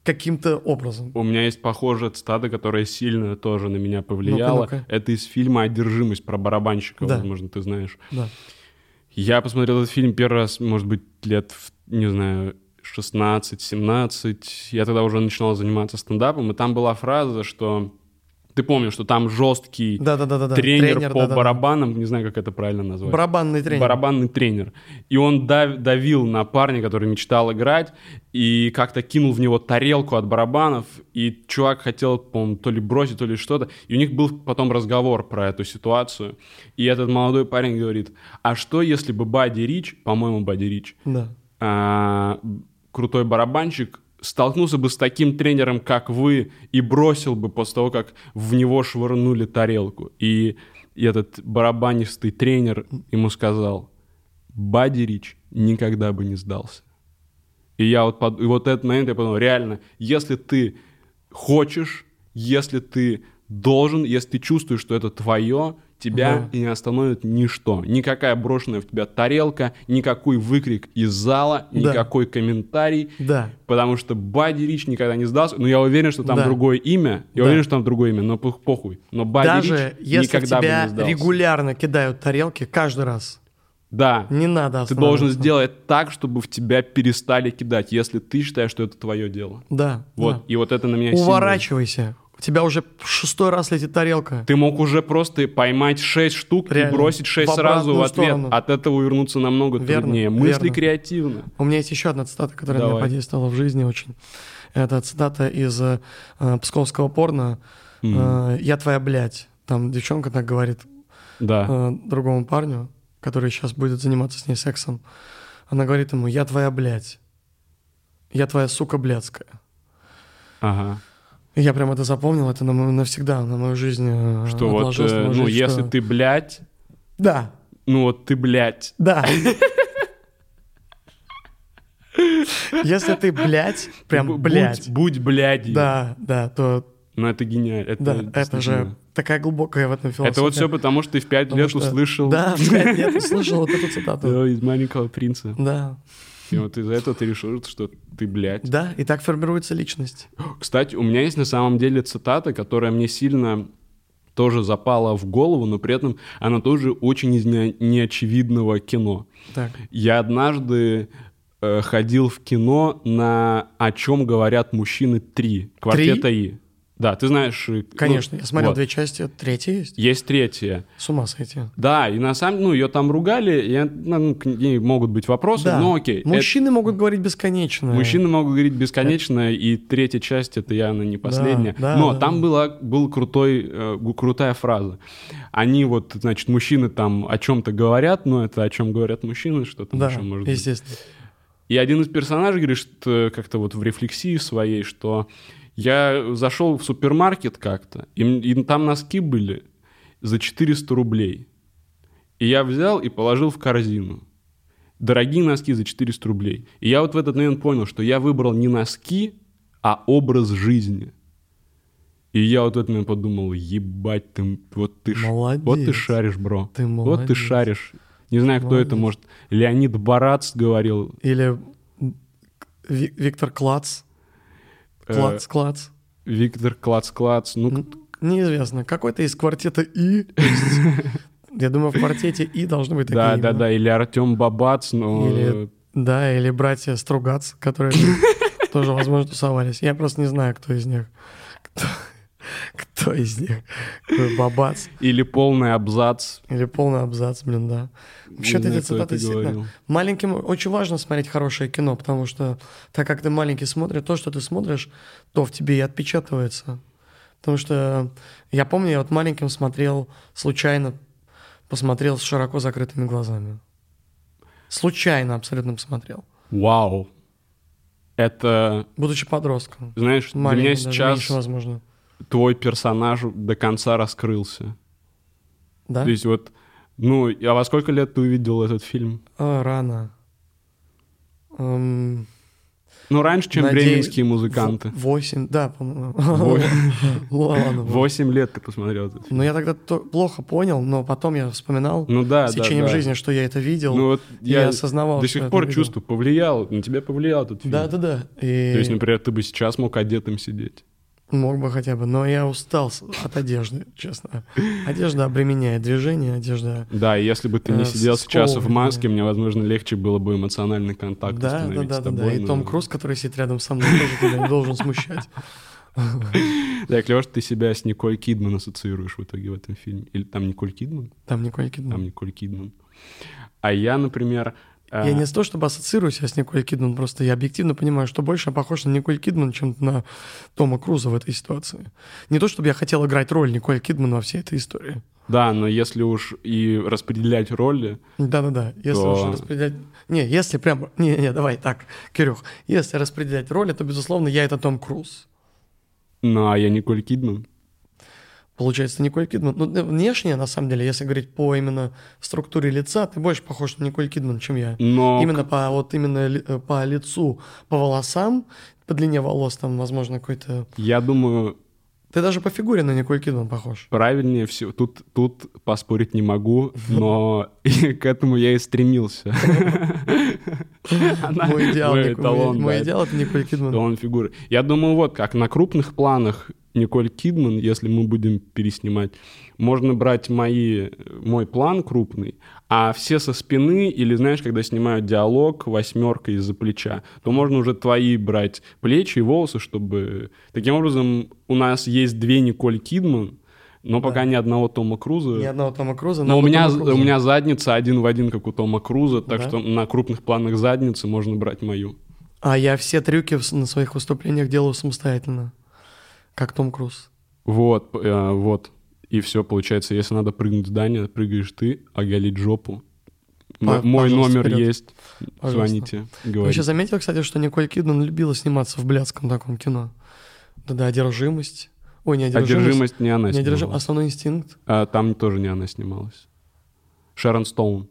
каким-то образом.
У меня есть похожая цитата, которая сильно тоже на меня повлияла.
ну-ка.
Это из фильма «Одержимость» про барабанщика,
Да.
возможно, ты знаешь.
Да.
Я посмотрел этот фильм первый раз, может быть, лет, в, не знаю, 16-17. Я тогда уже начинал заниматься стендапом, и там была фраза, что Ты помнишь, что там жесткий
Да-да-да-да.
тренер, по
да-да-да.
барабанам, не знаю, как это правильно назвать.
Барабанный тренер.
Барабанный тренер. И он дав- давил на парня, который мечтал играть, и как-то кинул в него тарелку от барабанов, и чувак хотел, по-моему, то ли бросить, то ли что-то. И у них был потом разговор про эту ситуацию. И этот молодой парень говорит, а что если бы Бадди Рич, по-моему, Бадди Рич,
Да.
а, крутой барабанщик столкнулся бы с таким тренером, как вы, и бросил бы после того, как в него швырнули тарелку. И этот барабанистый тренер ему сказал, Бадди Рич никогда бы не сдался. И я вот, под... и вот этот момент я подумал, реально, если ты хочешь, если ты должен, если ты чувствуешь, что это твое, тебя не остановит ничто. Никакая брошенная в тебя тарелка, никакой выкрик из зала,
Да.
никакой комментарий.
Да.
Потому что Бадди Рич никогда не сдался. Но я уверен, что там
Да.
другое имя. Я
Да.
уверен, что там другое имя, но пох- похуй. Но Бадди
Даже
Рич
если в
никогда бы не
тебя
сдался.
регулярно кидают тарелки каждый раз,
Да.
не надо
Ты должен
останавливаться.
сделать так, чтобы в тебя перестали кидать, если ты считаешь, что это твое дело.
Да.
Вот.
да.
И вот это на меня сильно-
Уворачивайся. У тебя уже шестой раз летит тарелка.
Ты мог уже просто поймать 6 штук
Реально.
и бросить 6
В
сразу в
обратную
ответ.
сторону.
От этого увернуться намного
Верно,
труднее. Мысли
верно.
креативно.
У меня есть еще одна цитата, которая на меня
Давай.
подействовала в жизни очень. Это цитата из э, э, псковского порно. Э, «Я твоя блядь». Там девчонка так говорит
Да.
э, другому парню, который сейчас будет заниматься с ней сексом. Она говорит ему «Я твоя блядь». «Я твоя сука блядская». А.
Ага.
И я прям это запомнил, это на мою- навсегда на мою жизнь э,
Что вот,
отложилось, на
э,
мою
ну,
жизнь,
если
что-
ты, блядь,
Да,
ну вот ты, блядь. (laughs)
да. Если ты, блядь,
Б-
прям,
будь-
блядь,
Будь, блядью.
да, да, то
Ну это гениально. Это,
Да, это
действительно.
же такая глубокая в этом философия.
Это вот все потому, что ты в 5
Потому
лет
что-
услышал (laughs)
Да, в пять лет услышал вот эту цитату.
э, из «Маленького принца».
Да,
И вот из-за этого ты решил, что ты, блядь.
да, и так формируется личность.
Кстати, у меня есть на самом деле цитата, которая мне сильно тоже запала в голову, но при этом она тоже очень из не- неочевидного кино.
Так,
Я однажды э, ходил в кино на «О чем говорят мужчины 3» квартета И. Да, ты знаешь... э,
конечно,
ну,
я смотрел
вот.
две части, третья есть.
Есть третья.
С ума сойти.
Да, и на самом ну, ее там ругали, я, ну, к ней могут быть вопросы,
Да,
но ну, окей. это-
мужчины могут говорить бесконечно.
Мужчины могут говорить бесконечно, и третья часть это явно не последняя.
Э. да,
Но
да,
там
да.
была был крутой э, гу- крутая фраза. Они вот, значит, мужчины там о чем-то говорят, но это о чем говорят мужчины, что там
Да,
еще может быть.
естественно.
И один из персонажей говорит, что э, как-то вот в рефлексии своей, что я зашел в супермаркет как-то, и, м- и там носки были за 400 рублей. И я взял и положил в корзину. Дорогие носки за 400 рублей. И я вот в этот момент понял, что я выбрал не носки, а образ жизни. И я вот в этот момент подумал, ебать, ты, м- вот ты, ш- вот ты
Молодец.
шаришь, бро.
Ты
вот ты
молодец.
шаришь. Не знаю, кто это,
Молодец.
может, Леонид Барац говорил,
Или Ви- Виктор Клац.
Э,
Клац, Клац.
Виктор Клац-Клац. Ну,
М, Неизвестно, какой-то из квартета И. то есть,
(laughs)
Я думаю, в квартете И должны быть такие
да, да,
имена.
да. Или Артем Бабац, но
Или-
э,
Да, или братья Стругац,
(laughs)
которые тоже, возможно, тусовались. Я просто не знаю, кто из них. Кто, кто из них? Какой бабац
или полный абзац.
или полный абзац, блин, да. Вообще,
Не
вот эти
знаю, кто это
цитаты
говорил.
действительно... Маленьким очень важно смотреть хорошее кино, потому что так как ты маленький смотришь, то, что ты смотришь, то в тебе и отпечатывается. Потому что я помню, я вот маленьким смотрел, случайно посмотрел с широко закрытыми глазами. Случайно абсолютно посмотрел.
Вау. Это,
Будучи подростком.
знаешь, для
Маленьким
меня
даже,
сейчас
меньше, возможно.
твой персонаж до конца раскрылся.
Да?
То есть вот, ну, а во сколько лет ты увидел этот фильм?
А, рано. Эм,
Ну, раньше, чем
надеюсь,
«Бременские музыканты».
(laughs) в- Восемь, да, по-моему.
Во-
(laughs) Ладно.
Восемь лет ты посмотрел этот фильм.
Но я тогда то- плохо понял, но потом я вспоминал
Ну да,
с
да,
течением
да.
жизни, что я это видел.
Ну вот
и я осознавал,
до
что я
сих
это
пор
видел.
чувствую, повлиял, на тебя повлиял этот фильм.
Да, да, да. И
То есть, ну, например, ты бы сейчас мог одетым сидеть.
мог бы хотя бы, но я устал с- от одежды, честно. Одежда обременяет движение, одежда.
Да, и если бы ты не
Э,
сидел сейчас в
сковывание.
маске, мне, возможно, легче было бы эмоциональный контакт
Да, да,
установить
да,
с
да,
(laughs) тобой. ну,
да. И
но- (laughs)
Том Круз, который сидит рядом со мной, тоже тебя не должен смущать.
Так, Леш, ты себя с Николь Кидман ассоциируешь в итоге в этом фильме. Или там Николь Кидман?
Там Николь Кидман.
Там Николь Кидман. А я, например... а,
Я не с то, чтобы ассоциирую себя с Николь Кидман, просто я объективно понимаю, что больше я похож на Николь Кидман, чем на Тома Круза в этой ситуации. Не то, чтобы я хотел играть роль Николь Кидман во всей этой истории.
Да, но если уж и распределять роли...
Да-да-да, если
То-
уж распределять... Не, если прям... Не-не, давай так, Кирюх. Если распределять роли, то, безусловно, я это Том Круз.
Ну, а я Николь Кидман.
Получается, Николь Кидман. Ну, да, внешне, на самом деле, если говорить по именно структуре лица, ты больше похож на Николь Кидман, чем я.
Но
Именно по вот именно ли- э, по лицу, по волосам, по длине волос там, возможно, какой-то.
я думаю,
Ты даже по фигуре на Николь Кидман похож.
правильнее всего... Тут, тут поспорить
(laughs)
не могу, но (laughs) к этому я и стремился. (laughs) Она-
Мой идеал,
мой
Николь-
эталон,
мой,
да,
мой
это-
идеал это Николь Кидман.
Да, он фигура. Я думаю, вот как на крупных планах Николь Кидман, если мы будем переснимать, можно брать мои, мой план крупный, а все со спины или, знаешь, когда снимают диалог восьмерка из-за плеча, то можно уже твои брать плечи и волосы, чтобы... Таким образом, у нас есть две Николь Кидман, но пока ни одного Тома Круза.
Ни одного Тома Круза.
Но
но
у меня,
Тома Круза.
у меня задница один в один, как у Тома Круза, так
Да.
что на крупных планах задницы можно брать мою.
А я все трюки в с- на своих выступлениях делаю самостоятельно, как Том Круз.
Вот, п- э, вот. И все, получается, если надо прыгнуть в здание, прыгаешь ты, а оголить жопу. М-
Па-
Мой
пожалуйста,
номер
вперед.
есть.
Пожалуйста.
Звоните, говорите.
Вообще заметил, кстати, что Николь Кидман любила сниматься в блядском таком кино. Да-да, одержимость. Ой, не одержимость.
Одержимость не она
не одержим...
снималась.
Основной инстинкт.
А, Там тоже не она снималась. Шерон Стоун.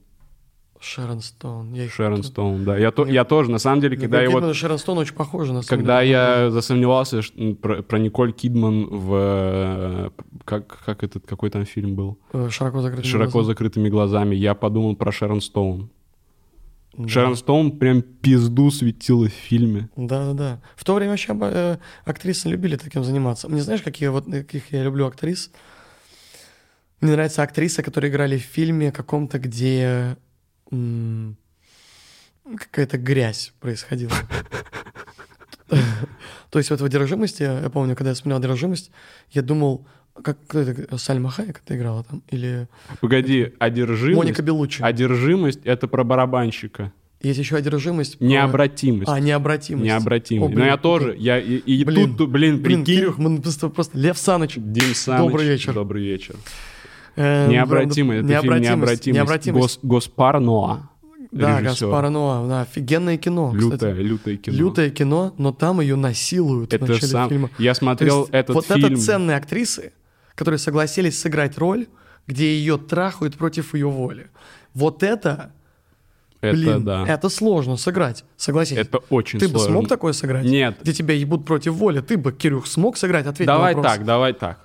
Шерон Стоун. Я их
Шерон
путаю.
Стоун, да. Я, то, я тоже, на самом деле, когда
Николь
я вот...
Кидман и Шерон Стоун очень похожи на самом
Когда
деле.
я засомневался ш- м, про, про Николь Кидман в... э, Как, как этот, какой там фильм был?
Э, Широко закрытыми
«Широко
глазами.
закрытыми глазами», я подумал про Шерон Стоун.
Да.
Шерон Стоун прям пизду светила в фильме.
Да-да-да. В то время вообще э, актрисы любили таким заниматься. Мне знаешь, какие вот, э, каких я люблю актрис? Мне нравятся актрисы, которые играли в фильме каком-то, где м, какая-то грязь происходила. То есть вот в «Одержимости», я я помню, когда я смотрел «Одержимость», я думал, как кто это, Сальма Хайек это играла там? Или
Погоди, одержимость. А
Моника Белуччи?
Одержимость это про барабанщика.
Есть еще одержимость. про-
Необратимость.
А, необратимость.
Необратимость.
О,
Но
блин,
я тоже. Я и, и
Блин,
тут, блин,
Блин,
прикинь.
Кирюх, мы просто, просто Лев Саныч.
Дим Саныч,
Добрый вечер.
Добрый вечер.
Э,
Необратимый. Это фильм
необратимость.
«Необратимость».
Необратимость.
Гос- Госпар Ноа.
Да,
режиссер.
Гаспара Ноа. Да, офигенное кино,
Лютое,
кстати.
лютое кино.
Лютое кино, но там ее насилуют
Это
в начале
сам-
фильма.
я
То
смотрел
есть
этот
вот
фильм.
это ценные актрисы, которые согласились сыграть роль, где ее трахают против ее воли. Вот это,
это
блин,
да.
это сложно сыграть, согласись.
Это очень
ты бы
сложно.
смог такое сыграть?
Нет.
Где тебя ебут против воли, ты бы, Кирюх, смог сыграть? Ответь
Давай
на вопрос.
так, давай так.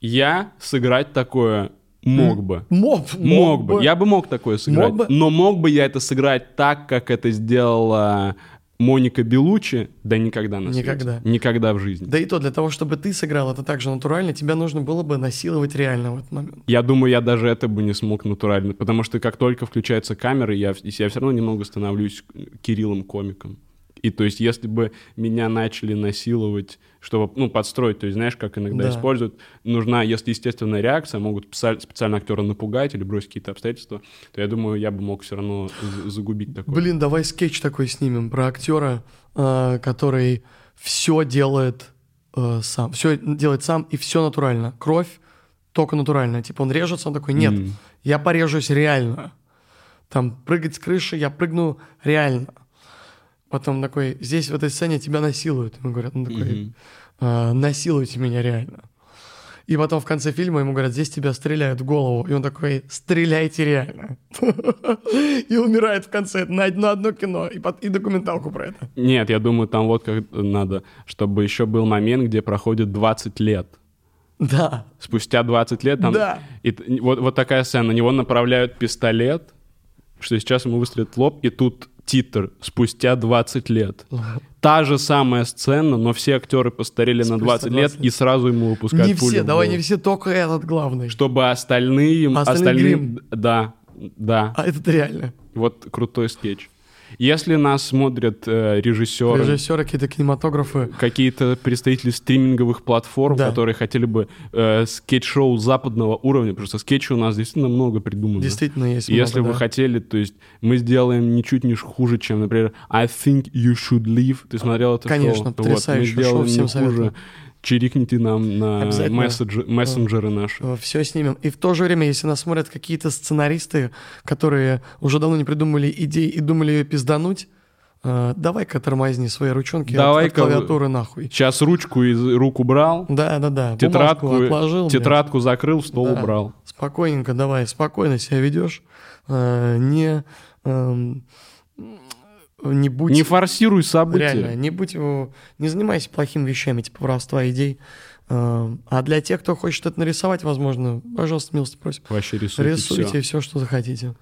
Я сыграть такое мог бы.
Мог,
Мог бы. Я бы мог такое сыграть.
бы?
Но мог бы я это сыграть так, как это сделала Моника Белучи? Да никогда на свете.
Никогда.
Никогда в жизни.
Да и то, для того, чтобы ты сыграл это так же натурально, тебя нужно было бы насиловать реально в этот момент.
Я думаю, я даже это бы не смог натурально, потому что как только включаются камеры, я, в- я все равно немного становлюсь Кириллом-комиком. И то есть, если бы меня начали насиловать, чтобы, ну, подстроить, то есть, знаешь, как иногда
Да.
используют, нужна, если естественная реакция, могут пса- специально актера напугать или бросить какие-то обстоятельства, то я думаю, я бы мог все равно з- загубить такое.
Блин, давай скетч такой снимем про актера, э, который все делает э, сам. Все делает сам и все натурально. Кровь только натуральная. Типа он режется, он такой, нет,
М.
я порежусь реально. Там прыгать с крыши, я прыгну реально. Потом такой, здесь в этой сцене тебя насилуют. Ему говорят, он такой,
Мгм.
«Э, насилуйте меня реально. И потом в конце фильма ему говорят, здесь тебя стреляют в голову. И он такой, стреляйте реально. (laughs) И умирает в конце на одно, на одно кино. И, под- и документалку про это.
Нет, я думаю, там вот как надо, чтобы еще был момент, где проходит 20 лет.
Да.
спустя 20 лет там...
Да.
И т- вот, вот такая сцена. На него направляют пистолет, что сейчас ему выстрелит в лоб, и тут титр «Спустя 20 лет». Та же самая сцена, но все актеры постарели на
Спустя
20 лет,
20
и сразу ему выпускают
не
пулю
все,
в
давай
голову.
не все, А только этот главный.
Чтобы остальные...
Остальные
остальные
грим.
Да, да.
А этот реально.
Вот крутой скетч. Если нас смотрят э, режиссеры,
Режиссеры, какие-то кинематографы.
какие-то представители стриминговых платформ,
Да.
которые хотели бы э, скетч-шоу западного уровня, потому что скетчей у нас действительно много придумано.
Действительно, есть
И Если
много,
вы
да.
хотели, то есть мы сделаем ничуть не хуже, чем, например, I think you should leave. Ты смотрел это
Конечно,
шоу? Вот,
потрясающее
мы
шоу,
сделаем
всем
не
советую.
хуже. Чирикните нам на
Обязательно.
месседжи- мессенджеры наши.
Все э, снимем. И в то же время, если нас смотрят какие-то сценаристы, которые уже давно не придумали идей и думали ее пиздануть, э, давай-ка тормозни свои ручонки от- от,
Давай-ка вы-
клавиатуры нахуй.
Сейчас ручку из рук убрал,
Да, да, да.
тетрадку,
Бумажку отложил. блядь.
тетрадку закрыл, стол
Да.
убрал.
Спокойненько, давай, спокойно себя ведешь. Э, не, эм, не будь...
Не форсируй события.
Реально, не будь его, не занимайся плохими вещами, типа воровства идей. Э, А для тех, кто хочет это нарисовать, возможно, пожалуйста, милости просим.
Вообще рисуйте,
Рисуйте
всё.
все, что захотите.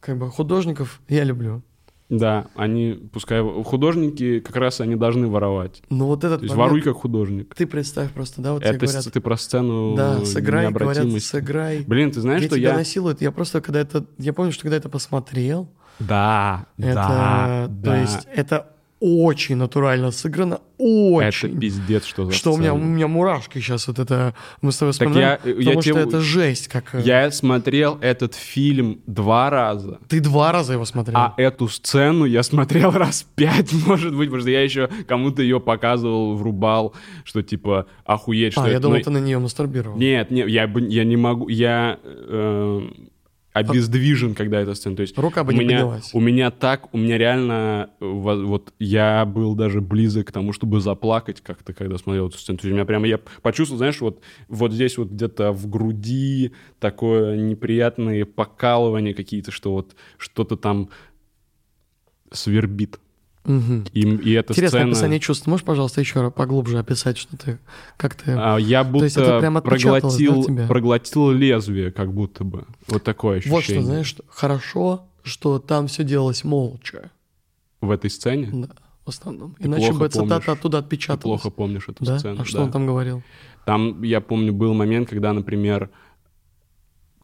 Как бы художников я люблю.
Да, они, пускай художники, как раз они должны воровать.
Но вот этот
То есть
момент,
воруй как художник.
ты представь просто, да, вот тебе
это
говорят,
с- ты про сцену
да, сыграй, говорят,
необратимости.
сыграй.
Блин, ты знаешь,
я
что
тебя
я...
насилуют. Я просто когда это, я помню, что когда это посмотрел,
Да, да,
это,
да.
то есть это очень натурально сыграно, очень.
Это пиздец, что за
Что у меня, у
сцена.
меня мурашки сейчас вот это мы с тобой
Так
вспоминаем,
я- я
потому что
тебе-
это жесть, как э,
Я смотрел этот фильм два раза,
ты два раза его смотрел.
а эту сцену я смотрел (laughs) раз пять, может быть, потому что я еще кому-то ее показывал, врубал, что типа охуеть, что
А, я
это.
думал,
Ну,
ты на нее мастурбировал.
Нет, нет, я, бы- я не могу, я э, обездвижен, когда эта сцена. То есть
Рука бы
у
не
меня,
поднялась.
У меня так, у меня реально, э, во- вот я был даже близок к тому, чтобы заплакать как-то, когда смотрел эту сцену. То есть у меня прямо, я почувствовал, знаешь, вот, вот здесь вот где-то в груди такое неприятное покалывание какие-то, что вот что-то там свербит.
Мгм.
И, и эта
Интересное
сцена...
описание чувств. Можешь, пожалуйста, еще раз поглубже описать, что ты, как ты...
А, Я будто
есть это прям отпечаталось, да,
проглотил,
у тебя?
проглотил лезвие, как будто бы. Вот такое ощущение.
вот что, знаешь, что- хорошо, что там все делалось молча.
В этой сцене?
Да, в основном. Иначе
плохо
бы цитата
помнишь.
оттуда
Ты
отпечаталась.
плохо помнишь эту
да?
сцену.
А что
да.
он там говорил?
Там, я помню, был момент, когда, например,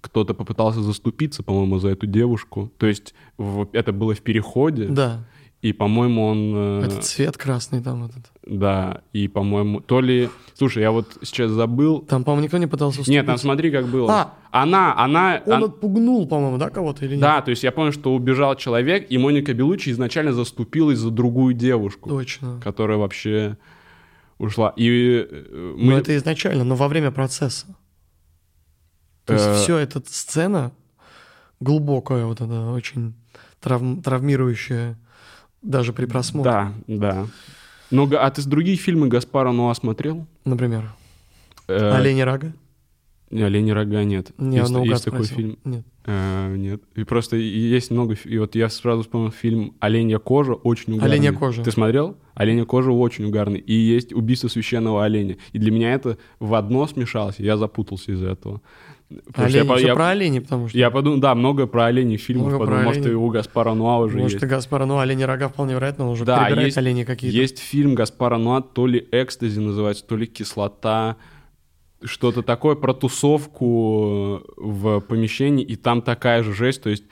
кто-то попытался заступиться, по-моему, за эту девушку. То есть в- это было в переходе,
Да.
и, по-моему, он... э,
Этот цвет красный там этот.
Да, и, по-моему... То ли... Слушай, я вот сейчас забыл...
Там, по-моему, никто не пытался
Нет, там
уступить.
смотри, как было.
А!
Она, она...
Он
он-
отпугнул, по-моему, да, кого-то или нет?
а- Да, то есть я помню, что убежал человек, и Моника Белучи изначально заступилась за другую девушку,
Точно.
которая вообще ушла. И э, мы...
Ну, это изначально, но во время процесса. То
Э,
есть все эта сцена глубокая, вот она очень травм- травмирующая даже при просмотре,
Да, да. Но, Га- а ты с другие фильмы Гаспара Нуа смотрел?
например.
Э,
«Олени рага».
не, «Олень и рога» нет.
Не,
есть,
наугад
есть такой
спросил.
фильм.
Нет.
Э, нет. И просто и- и есть много... фи- И вот я сразу вспомнил фильм «Оленья кожа» очень угарный.
«Оленья кожа».
Ты смотрел? «Оленья кожа» очень угарный. И есть «Убийство священного оленя». И для меня это в одно смешалось, и я запутался из-за этого. Потому что я
«Олени»,
по-
всё
я-
про оленей, потому что...
Я подумал, да, много про оленей фильмов.
Много про
подумал, может,
оленей.
и у Гаспара Нуа уже
Может,
есть.
и Гаспар, ну, олени рога вполне вероятно, он уже
Да,
перебирает
есть-
олени какие-то.
Есть фильм Гаспара Нуа, то ли «Экстази» называется, то ли «Кислота», что-то такое про тусовку э, в помещении, и там такая же жесть. То есть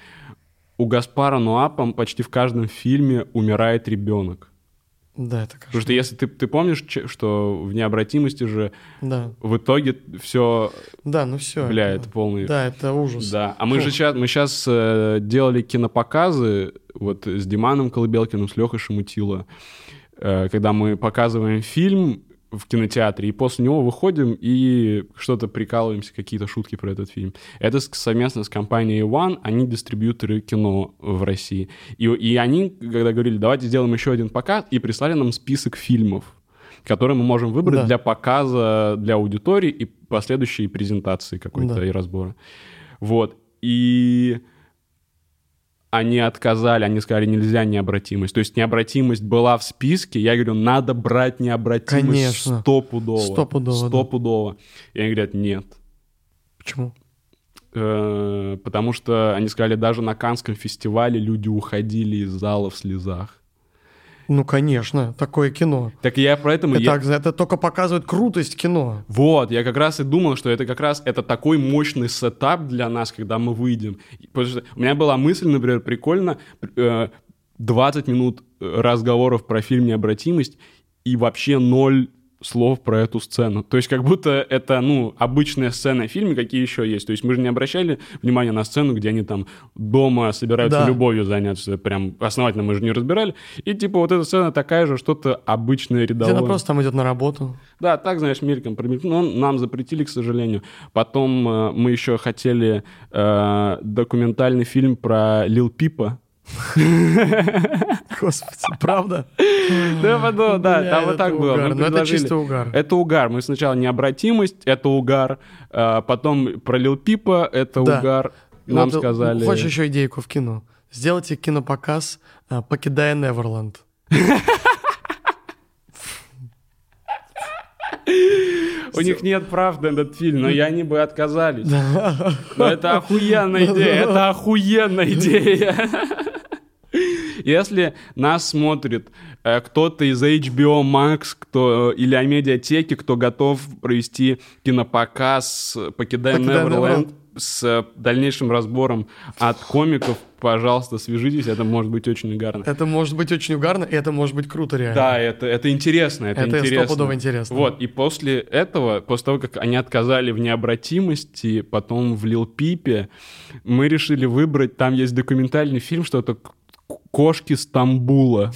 у Гаспара Нуа пом- почти в каждом фильме умирает ребенок.
Да, это конечно.
Потому что если ты, ты помнишь, че- что в «Необратимости» же
Да,
в итоге все,
да, ну все.
бля, это полный...
Да, это ужас.
Да, а мы же
Фух.
сейчас, мы сейчас делали кинопоказы вот с Диманом Колыбелкиным, с Лехой Шамутило, э, когда мы показываем фильм в кинотеатре, и после него выходим и что-то прикалываемся, какие-то шутки про этот фильм. Это с- совместно с компанией One, они дистрибьюторы кино в России. И, и они, когда говорили, давайте сделаем еще один показ, и прислали нам список фильмов, которые мы можем выбрать
Да.
для показа для аудитории и последующей презентации какой-то
Да.
и разбора. Вот. И они отказали, они сказали, нельзя необратимость. То есть необратимость была в списке, я говорю, надо брать необратимость
Конечно.
стопудово.
Стопудово, да.
Стопудово. И они говорят, нет.
Почему?
Э, Потому что они сказали, даже на Канском фестивале люди уходили из зала в слезах.
Ну, конечно, такое кино.
Так я поэтому...
Это,
я-
это только показывает крутость кино.
Вот, я как раз и думал, что это как раз это такой мощный сетап для нас, когда мы выйдем. И потому что у меня была мысль, например, прикольно э, 20 минут э, разговоров про фильм «Необратимость» и вообще ноль слов про эту сцену. То есть как будто это, ну, обычная сцена в фильме, какие еще есть. То есть мы же не обращали внимания на сцену, где они там дома собираются
Да.
любовью заняться. Прям основательно мы же не разбирали. И типа вот эта сцена такая же, что-то обычное
Где
рядовое.
она просто там идет на работу. (laughs)
Да, так, знаешь, мельком промелькнуло. Но нам запретили, к сожалению. Потом э, мы еще хотели э, документальный фильм про Лил Пипа.
Господи, правда?
Да, потом, да,
Бля,
там вот
это
так было.
угар. Ну,
Мы
это
предложили.
чисто угар.
Это угар. Мы сначала необратимость, это угар. э, Потом про Лил Пипа, это
Да.
угар. Нам
Вот, э,
сказали...
Хочешь еще идейку в кино? Сделайте кинопоказ, а, покидая Неверленд.
У них нет прав на этот фильм, но и они бы отказались. Но это охуенная идея, это охуенная идея. Если нас смотрит э, кто-то из HBO Max кто, э, или о медиатеке, кто готов провести кинопоказ э, «Покидаем
«Покидаем
Неверленд» с э, дальнейшим разбором от комиков, пожалуйста, свяжитесь, это может быть очень угарно.
Это может быть очень угарно, и это может быть круто реально.
Да, это, это интересно, это,
Это
интересно.
стопудово интересно.
Вот, и после этого, после того, как они отказали в необратимости, потом в Лил Пипе, мы решили выбрать, там есть документальный фильм, что-то к- к- «Кошки Стамбула».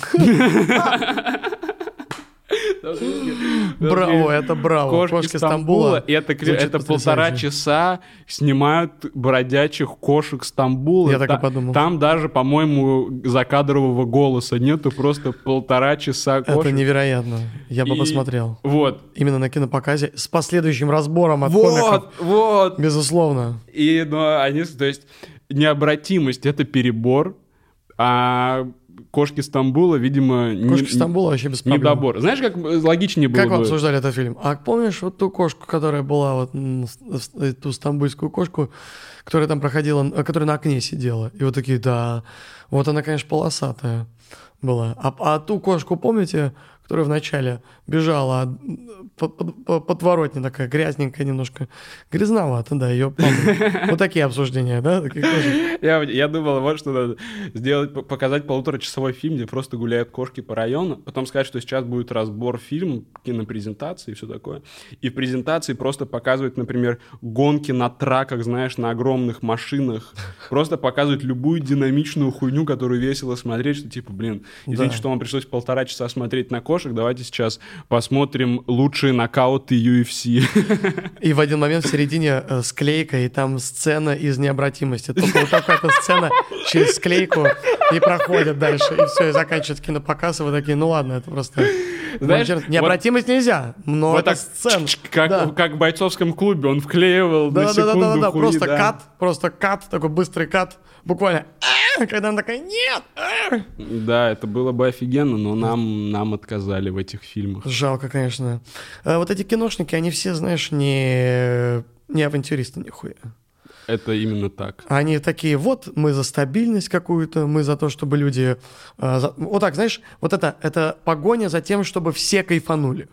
Браво, это браво.
Кошки, Стамбула. И это, кре-
Звучит
это полтора
потрясающе.
часа снимают бродячих кошек Стамбула.
Я так и
Та-
подумал.
Там даже, по-моему, закадрового голоса нету, просто полтора часа кошек.
Это невероятно. Я бы
И-
посмотрел.
Вот.
Именно на кинопоказе с последующим разбором от комиков.
Вот, вот.
Безусловно.
И, ну, они, то есть, необратимость — это перебор, а кошки Стамбула, видимо, не-
Кошки Стамбула вообще без проблем.
недобор. Знаешь, как э, логичнее было
Как вы
бы?
обсуждали этот фильм? А помнишь вот ту кошку, которая была, вот м, с- с- ту стамбульскую кошку, которая там проходила, э, которая на окне сидела? И вот такие, да, вот она, конечно, полосатая была. А, а ту кошку, помните, которая вначале бежала а, м, по, по- по- подворотне такая, грязненькая немножко, грязновато, да, ее помню.
(laughs)
Вот такие обсуждения, да? такие кошек.
Я, я думал, вот что надо сделать, п- показать полуторачасовой фильм, где просто гуляют кошки по району, потом сказать, что сейчас будет разбор фильма, кинопрезентации и все такое. И в презентации просто показывают, например, гонки на траках, знаешь, на огромных машинах. Просто показывают любую динамичную хуйню, которую весело смотреть, что типа, блин, извините,
Да.
что вам пришлось полтора часа смотреть на кошек, давайте сейчас посмотрим лучшие нокауты UFC.
И в один момент в середине э, склейка, и там сцена из необратимости. Только вот такая эта сцена через склейку и проходит дальше. И все, и заканчивается кинопоказ, и вы такие, ну ладно, это просто...
Знаешь,
монтер- Необратимость нельзя, но
Вот
это
так,
сцена.
как,
Да.
как в бойцовском клубе, он вклеивал на
Да, да, да,
секунду
да, да,
хуи,
просто
да.
кат, просто кат, такой быстрый кат, буквально, «А!» когда она такая, нет, а!»
Да, это было бы офигенно, но нам, нам отказали в этих фильмах.
жалко, конечно. Э, Вот эти киношники, они все, знаешь, не, не авантюристы нихуя.
Это именно так.
Они такие, вот мы за стабильность какую-то, мы за то, чтобы люди... э, за- Вот так, знаешь, вот это, это погоня за тем, чтобы все кайфанули.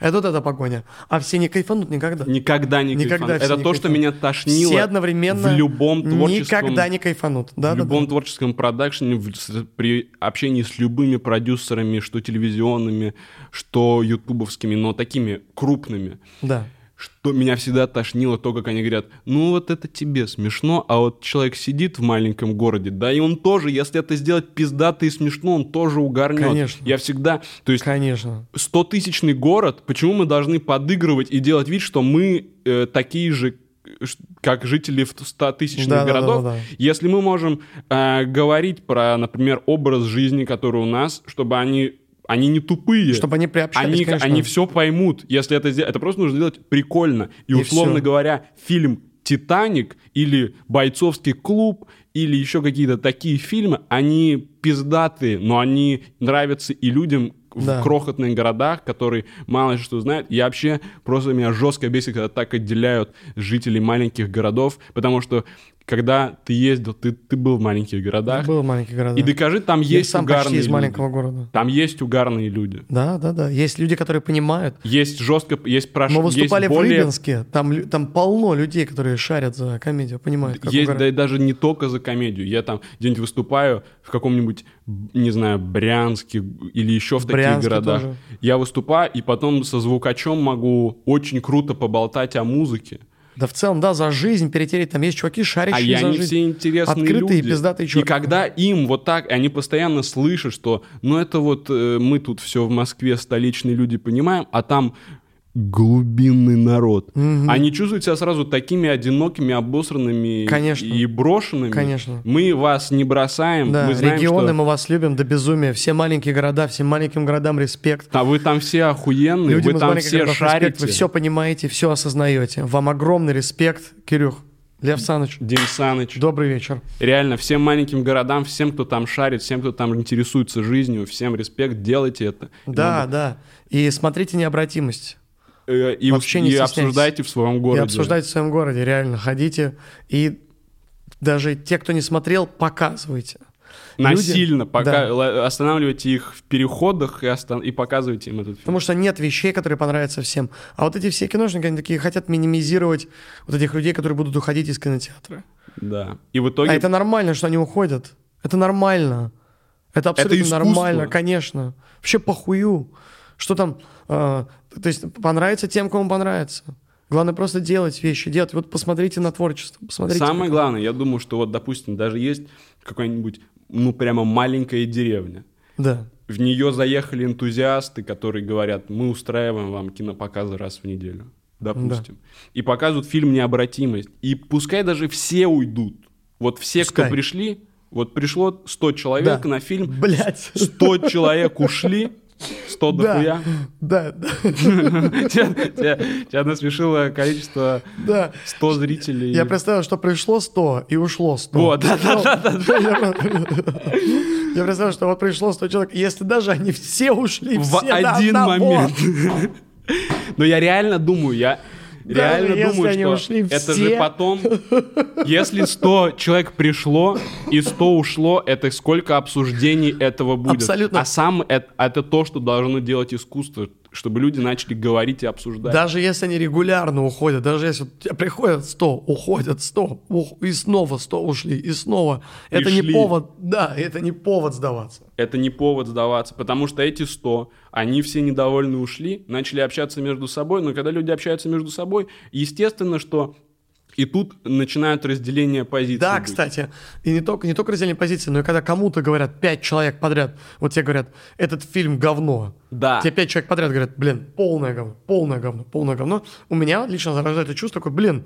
Это вот эта погоня. А все не кайфанут никогда.
Никогда не
Никогда
кайфан.
все
Это
не
то, что
кайфанут.
меня тошнило
все одновременно
в любом творческом...
никогда не кайфанут. Да,
в
да,
любом
да.
творческом продакшене, в- с- при общении с любыми продюсерами, что телевизионными, что ютубовскими, но такими крупными,
Да.
что меня всегда тошнило то, как они говорят, ну вот это тебе смешно, а вот человек сидит в маленьком городе, да и он тоже, если это сделать пиздато и смешно, он тоже угарнет.
Конечно.
Я всегда, то есть
Конечно.
стотысячный город, почему мы должны подыгрывать и делать вид, что мы э, такие же, э, ш- как жители в стотысячных
Да, да,
городов,
да, да, да.
если мы можем э, говорить про, например, образ жизни, который у нас, чтобы они они не тупые.
Чтобы они приобщались,
Они,
конечно.
они все поймут, если это сделать. Это просто нужно делать прикольно. И,
И
условно
всё.
говоря, фильм «Титаник» или «Бойцовский клуб» или еще какие-то такие фильмы, они пиздатые, но они нравятся и людям в
Да.
крохотных городах, которые мало что знают. Я вообще просто меня жестко бесит, когда так отделяют жителей маленьких городов, потому что когда ты ездил, ты, ты был в маленьких городах,
Был в маленьких городах.
и докажи, там
Я
есть
сам
угарные
почти из
люди.
маленького города.
Там есть угарные люди.
Да, да, да. Есть люди, которые понимают.
Есть жестко, есть прошли,
Мы выступали
есть более...
в Рыбинске, там, лю- там полно людей, которые шарят за комедию, понимают, как
Есть
угорать.
да и даже не только за комедию. Я там где-нибудь выступаю в каком-нибудь, не знаю, Брянске или еще в таких
Брянске
городах.
тоже.
Я выступаю, и потом со звукачом могу очень круто поболтать о музыке.
Да в целом, да, за жизнь перетереть. Там есть чуваки,
А
шарящие
я
за
не
жизнь.
все интересные
Открытые,
люди.
пиздатые чуваки.
И когда им вот так, и они постоянно слышат, что ну это вот э, мы тут все в Москве столичные люди понимаем, а там глубинный народ. Они чувствуют себя сразу такими одинокими, обосранными и-
Конечно.
и брошенными.
Конечно.
Мы вас не бросаем.
Да,
мы знаем,
регионы,
что...
мы вас любим до безумия. Все маленькие города, всем маленьким городам респект.
А вы там все охуенные,
Людям
вы
из
там
маленьких
все
городов респект,
шарите.
вы все понимаете, все осознаете. Вам огромный респект, Кирюх. Лев Саныч,
Дим Саныч.
добрый вечер.
Реально, всем маленьким городам, всем, кто там шарит, всем, кто там интересуется жизнью, всем респект, делайте это.
Да, да. И смотрите «Необратимость».
Э, и,
Вообще
ус-
не
и
стесняйтесь.
обсуждайте в своем городе.
И обсуждайте в своем городе, реально. Ходите и даже те, кто не смотрел, показывайте.
Насильно,
Люди-
пока
Да.
л- останавливайте их в переходах и, остан- и показывайте им этот фильм.
Потому что нет вещей, которые понравятся всем. А вот эти все киношники, они такие хотят минимизировать вот этих людей, которые будут уходить из кинотеатра.
Да. И в итоге
А это нормально, что они уходят. Это нормально. Это абсолютно
искусство.
нормально, конечно. Вообще похую. Что там, э, то есть понравится тем, кому понравится. Главное просто делать вещи, делать. Вот посмотрите на творчество, посмотрите.
самое главное, я думаю, что вот, допустим, даже есть какая-нибудь, ну, прямо маленькая деревня.
Да.
В нее заехали энтузиасты, которые говорят, мы устраиваем вам кинопоказы раз в неделю, допустим. И показывают фильм «Необратимость». И пускай даже все уйдут. Вот все,
Пускай.
кто пришли, вот пришло 100 человек
Да.
на фильм,
Блять.
100 человек ушли, 100 дохуя.
Да, да, да,
Тебя тебя- тебя насмешило количество
да.
100 зрителей.
Я представил, что пришло 100 и ушло 100.
Вот, да-да-да.
(laughs) Я представил, что вот пришло 100 человек, и если даже они все ушли,
В
все до
один
одного.
момент. Но я реально думаю, я
Даже
реально
если
думаю,
они
что
ушли
это
все.
же потом, если 100 человек пришло и 100 ушло, это сколько обсуждений этого будет.
Абсолютно.
А сам это, это то, что должно делать искусство, чтобы люди начали говорить и обсуждать.
Даже если они регулярно уходят, даже если у тебя приходят 100, уходят 100, ух- и снова 100 ушли, и снова. Это не
Пришли.
повод, да, это не повод сдаваться.
Это не повод сдаваться, потому что эти 100, они все недовольны ушли, начали общаться между собой, но когда люди общаются между собой, естественно, что и тут начинают разделение позиций.
Да,
быть.
кстати, и не только, не только разделение позиции, но и когда кому-то говорят пять человек подряд, вот тебе говорят, этот фильм говно.
Да.
Тебе пять человек подряд говорят, блин, полное говно, полное говно, полное говно. У меня лично зарождается чувство такое, блин,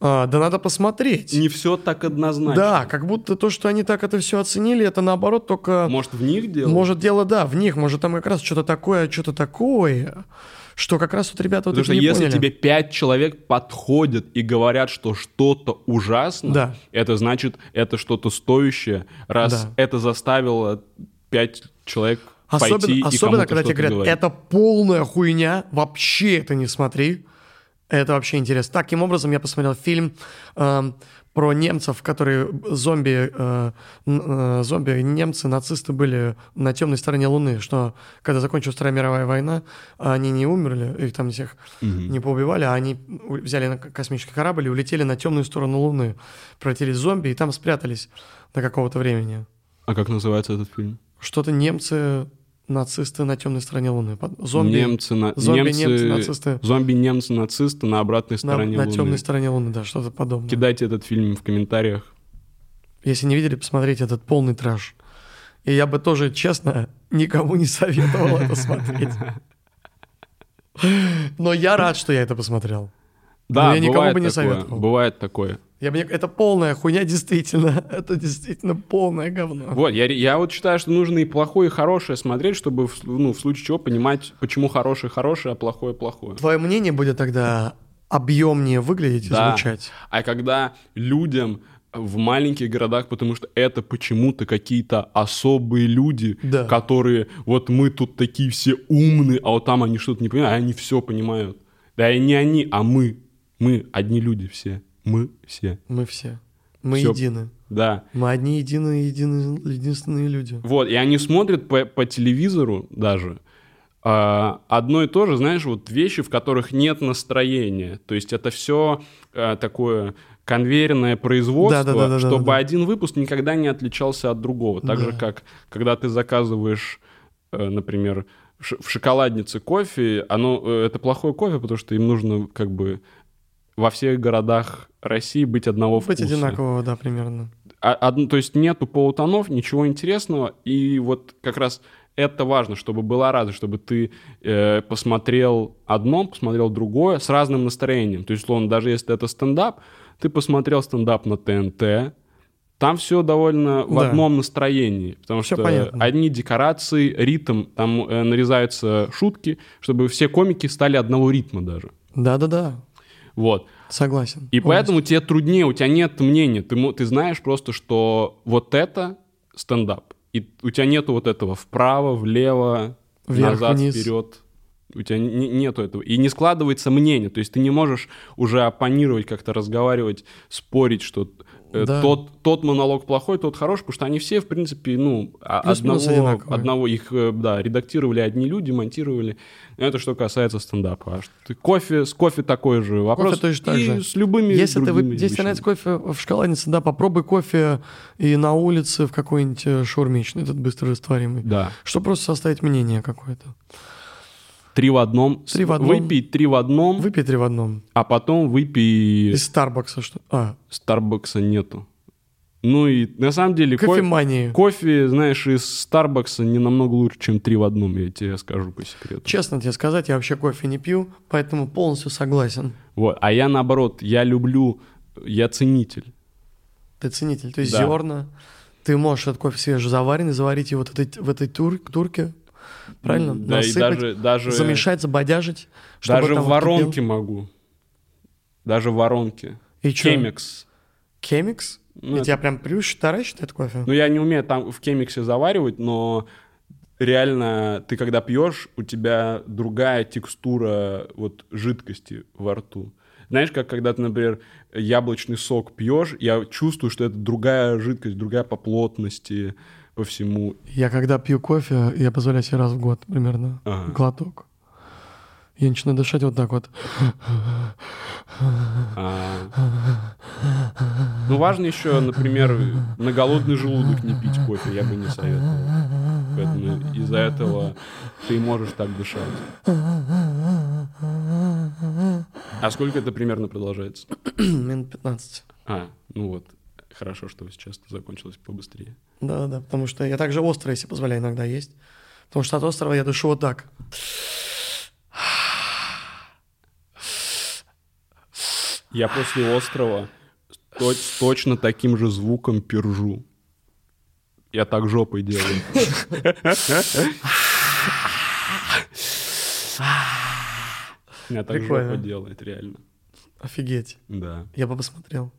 а, да надо посмотреть.
Не все так однозначно.
да, как будто то, что они так это все оценили, это наоборот только...
Может, в них дело?
Может, дело, да, в них, может, там как раз что-то такое, что-то такое, что как раз вот ребята вот
Потому
это
что
не
если
поняли.
тебе пять человек подходят и говорят, что что-то ужасно,
Да.
это значит, это что-то стоящее, раз
Да.
это заставило пять человек пойти и
Особенно, особенно
кому-то
когда тебе
что-то
говорят,
говорить.
это полная хуйня, вообще это не смотри. Это вообще интересно. Таким образом, я посмотрел фильм эм, про немцев, которые зомби, э, н- э, зомби, немцы, нацисты были на темной стороне Луны, что когда закончилась Вторая мировая война, они не умерли, их там всех не поубивали, а они у- взяли на к- космический корабль и улетели на темную сторону Луны, превратились в зомби и там спрятались до какого-то времени.
А как называется этот фильм?
Что-то немцы, нацисты на темной стороне Луны. Под- Зомби.
Немцы, на...
зомби,
немцы...
немцы, нацисты.
Зомби, немцы, нацисты на обратной
На,
стороне Луны.
темной стороне Луны, да, что-то подобное.
Кидайте этот фильм в комментариях.
Если не видели, посмотрите этот полный траж. И я бы тоже, честно, никому не советовал это смотреть. Но я рад, что я это посмотрел.
Да,
я никому
бывает
бы не
такое,
советовал.
Бывает такое.
Я бы не- Это полная хуйня, действительно. Это действительно полное говно.
Вот, я, ре- я вот считаю, что нужно и плохое, и хорошее смотреть, чтобы в, с- ну, в случае чего понимать, почему хорошее хорошее, а плохое плохое.
Твое мнение будет тогда объемнее выглядеть и
Да.
звучать.
А когда людям э, в маленьких городах, потому что это почему-то какие-то особые люди,
Да.
которые вот мы тут такие все умные, а вот там они что-то не понимают, а они все понимают. Да и не они, а мы. Мы одни люди все. Мы все.
Мы все. Мы
Всё.
едины.
Да.
Мы одни единые, единые, единственные люди.
Вот, и они смотрят по, по телевизору даже а, одно и то же, знаешь, вот вещи, в которых нет настроения. То есть это все такое конвейерное производство,
Да-да-да-да-да-да.
чтобы один выпуск никогда не отличался от другого. Так же,
Да.
как когда ты заказываешь, э, например, ш- в шоколаднице кофе, оно, э, это плохое кофе, потому что им нужно как бы во всех городах России быть одного
Быть
вкуса.
одинакового, да, примерно.
А- одн- то есть нету полутонов, ничего интересного, и вот как раз это важно, чтобы была радость, чтобы ты э, посмотрел одно, посмотрел другое с разным настроением. То есть, условно, даже если это стендап, ты посмотрел стендап на ТНТ, там все довольно в
Да.
одном настроении, потому
Всё
что
понятно.
одни декорации, ритм, там э, нарезаются шутки, чтобы все комики стали одного ритма даже.
Да-да-да,
Вот.
согласен.
И
Полностью.
поэтому тебе труднее, у тебя нет мнения, ты, мо- ты знаешь просто, что вот это стендап, и у тебя нету вот этого вправо, влево,
Вверх,
назад,
вниз.
вперед. У тебя не- не- нету этого. И не складывается мнение, то есть ты не можешь уже оппонировать, как-то разговаривать, спорить, что э,
Да.
тот, тот монолог плохой, тот хороший, потому что они все, в принципе, ну, а-
Плюс-минус
одного,
одинаковые.
одного их, э, да, редактировали одни люди, монтировали. Это что касается стендапа. А что ты- кофе, с кофе такой же вопрос.
Кофе точно так
И
же.
с любыми
Если ты, вы-
другими
если тебе нравится
вещами.
кофе в шоколаднице, да, попробуй кофе и на улице в какой-нибудь э, шаурмичной, этот быстро растворимый.
Да.
Что просто составить мнение какое-то.
Три в одном.
Три в одном.
Выпей три в одном,
Выпей три в одном.
а потом выпей...
Из Старбакса что? А,
Старбакса нету. Ну и на самом деле... ко-
кофемании.
Кофе, знаешь, из Старбакса не намного лучше, чем три в одном, я тебе скажу по секрету.
Честно тебе сказать, я вообще кофе не пью, поэтому полностью согласен.
Вот. А я наоборот, я люблю, я ценитель.
Ты ценитель, то есть
Да.
зерна. Ты можешь этот кофе свежезаваренный заварить его вот этой, в этой тур- турке, правильно?
Да, и
Насыпать,
даже, даже,
замешать, забодяжить. чтобы
даже
там
в
вот кипел.
воронке могу. Даже в воронке.
И чё?
Кемикс.
Кемикс?
Ну,
и
это-
тебя прям плющит, таращит этот кофе?
Ну, я не умею там в кемиксе заваривать, но реально ты когда пьешь, у тебя другая текстура вот жидкости во рту. Знаешь, как когда ты, например, яблочный сок пьешь, я чувствую, что это другая жидкость, другая по плотности, по всему.
Я когда пью кофе, я позволяю себе раз в год примерно
Ага.
глоток. Я начинаю дышать вот так вот.
А. Ну, важно еще, например, на голодный желудок не пить кофе, я бы не советовал. Поэтому из-за этого ты можешь так дышать. А сколько это примерно продолжается?
(clears throat) Минут 15.
А, ну вот, хорошо, что сейчас закончилось побыстрее.
Да-да, потому что я также острый, если позволяю, иногда есть. Потому что от острова я дышу вот так.
Я после острова то- с точно таким же звуком пержу. Я так жопой делаю. Меня так
Прикольно.
жопа делает, реально.
Офигеть.
Да.
Я бы посмотрел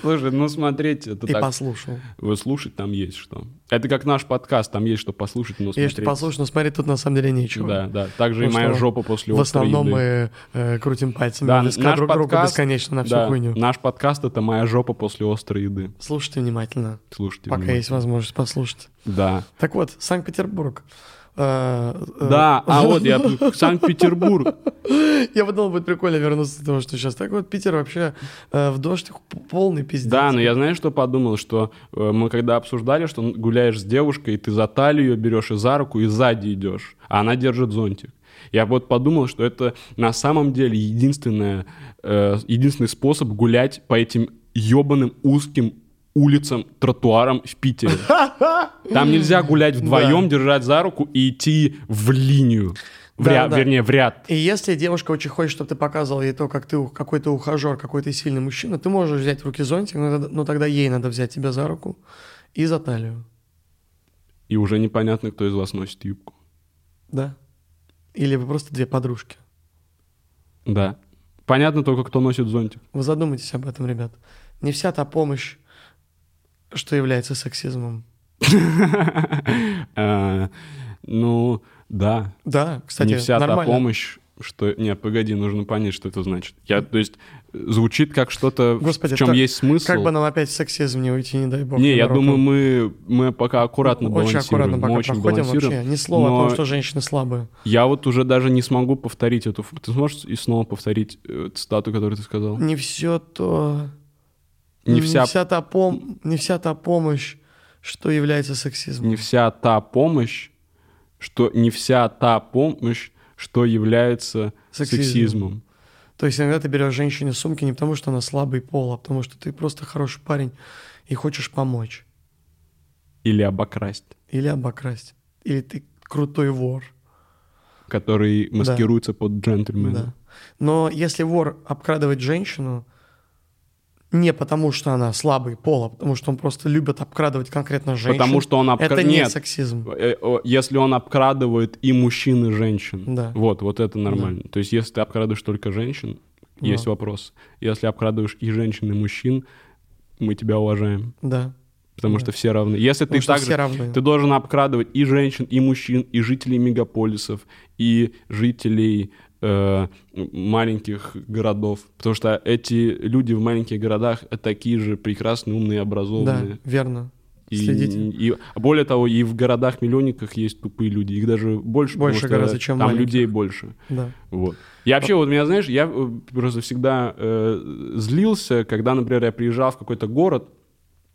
Слушай, ну смотреть это
и
так.
послушал.
Вы слушать там есть что. Это как наш подкаст, там есть что послушать, но смотреть.
Если ты послушал, но смотреть тут на самом деле нечего.
Да, да. Также и
Потому
моя
Ну что
жопа после
В
острой
основном
еды.
мы э, крутим пальцами
Да,
виска
наш
друг друга
подкаст-
бесконечно на всю
Да,
хуйню.
Наш подкаст это моя жопа после острой еды.
Слушайте внимательно,
Слушайте.
пока
внимательно.
есть возможность послушать.
Да.
Так вот, Санкт-Петербург. Э, э,
Да,
(laughs)
а вот я тут- Санкт-Петербург.
Я подумал, будет прикольно вернуться до того, что сейчас. Так вот, Питер вообще э, в дождь п- полный пиздец.
Да, но я знаешь, что подумал, что э, мы когда обсуждали, что гуляешь с девушкой, и ты за талию ее берешь и за руку, и сзади идешь, а она держит зонтик. Я вот подумал, что это на самом деле единственное, э, единственный способ гулять по этим ебаным узким улицам, тротуарам
(laughs)
в Питере. Там нельзя гулять вдвоем, держать за руку и идти в линию. В
Да,
ря-
да.
Вернее, в ряд.
И если девушка очень хочет, чтобы ты показывал ей то, как ты у- какой ты ухажер, какой ты сильный мужчина, ты можешь взять в руки зонтик, но, тогда- но тогда ей надо взять тебя за руку и за талию.
И уже непонятно, кто из вас носит юбку.
Да? Или вы просто две подружки.
Да. Понятно только, кто носит зонтик. (laughs)
Вы задумайтесь об этом, ребят. Не вся та помощь, что является сексизмом.
Э, Ну, да. А,
Да, кстати,
Не вся та
нормально.
помощь, что... Нет, погоди, нужно понять, что это значит. Я, то есть, звучит как что-то, в-
Господи,
в чем
так-
есть смысл.
Как бы нам опять в сексизм не уйти, не дай бог.
Не, я
наоборот.
думаю, мы, мы пока аккуратно
Очень
балансируем.
аккуратно
мы
пока
очень
проходим
балансируем.
вообще. Ни слова о
но
том, что женщины слабые.
Я вот уже даже не смогу повторить эту... ф- Ты сможешь и снова повторить э, цитату, которую ты сказал?
Не все то...
Не вся,
та пом... не вся та помощь, что является сексизмом.
не вся та помощь, что... Не вся та помощь, что является
Сексизмом.
сексизмом.
То есть иногда ты берешь женщине сумки не потому, что она слабый пол, а потому что ты просто хороший парень и хочешь помочь.
Или обокрасть,
Или обокрасть. Или ты крутой вор.
который маскируется под джентльмена.
Да. Но если вор обкрадывает женщину не потому, что она слабый пол, а потому что он просто любит обкрадывать конкретно женщин.
Потому что он обкра-
Это не
Нет.
сексизм.
Э, о, Если он обкрадывает и мужчин, и женщин.
Да.
Вот, вот это нормально. То есть, если ты обкрадываешь только женщин, есть
Да.
вопрос. Если обкрадываешь и женщин, и мужчин, мы тебя уважаем.
Да.
Потому что все равны. Если
Потому
ты
что
так
все
же,
равны.
ты должен обкрадывать и женщин, и мужчин, и жителей мегаполисов, и жителей э, маленьких городов. Потому что эти люди в маленьких городах э, такие же прекрасные, умные,
Да,
образованные.
верно.
И,
Следите.
и- а более того, и в городах-миллионниках есть тупые люди. Их даже больше, потому
Больше
что
гораздо, чем
там
маленьких.
людей больше.
Да.
Вот. Я вообще, вот меня, знаешь, я э, просто всегда э, злился, когда, например, я приезжал в какой-то город,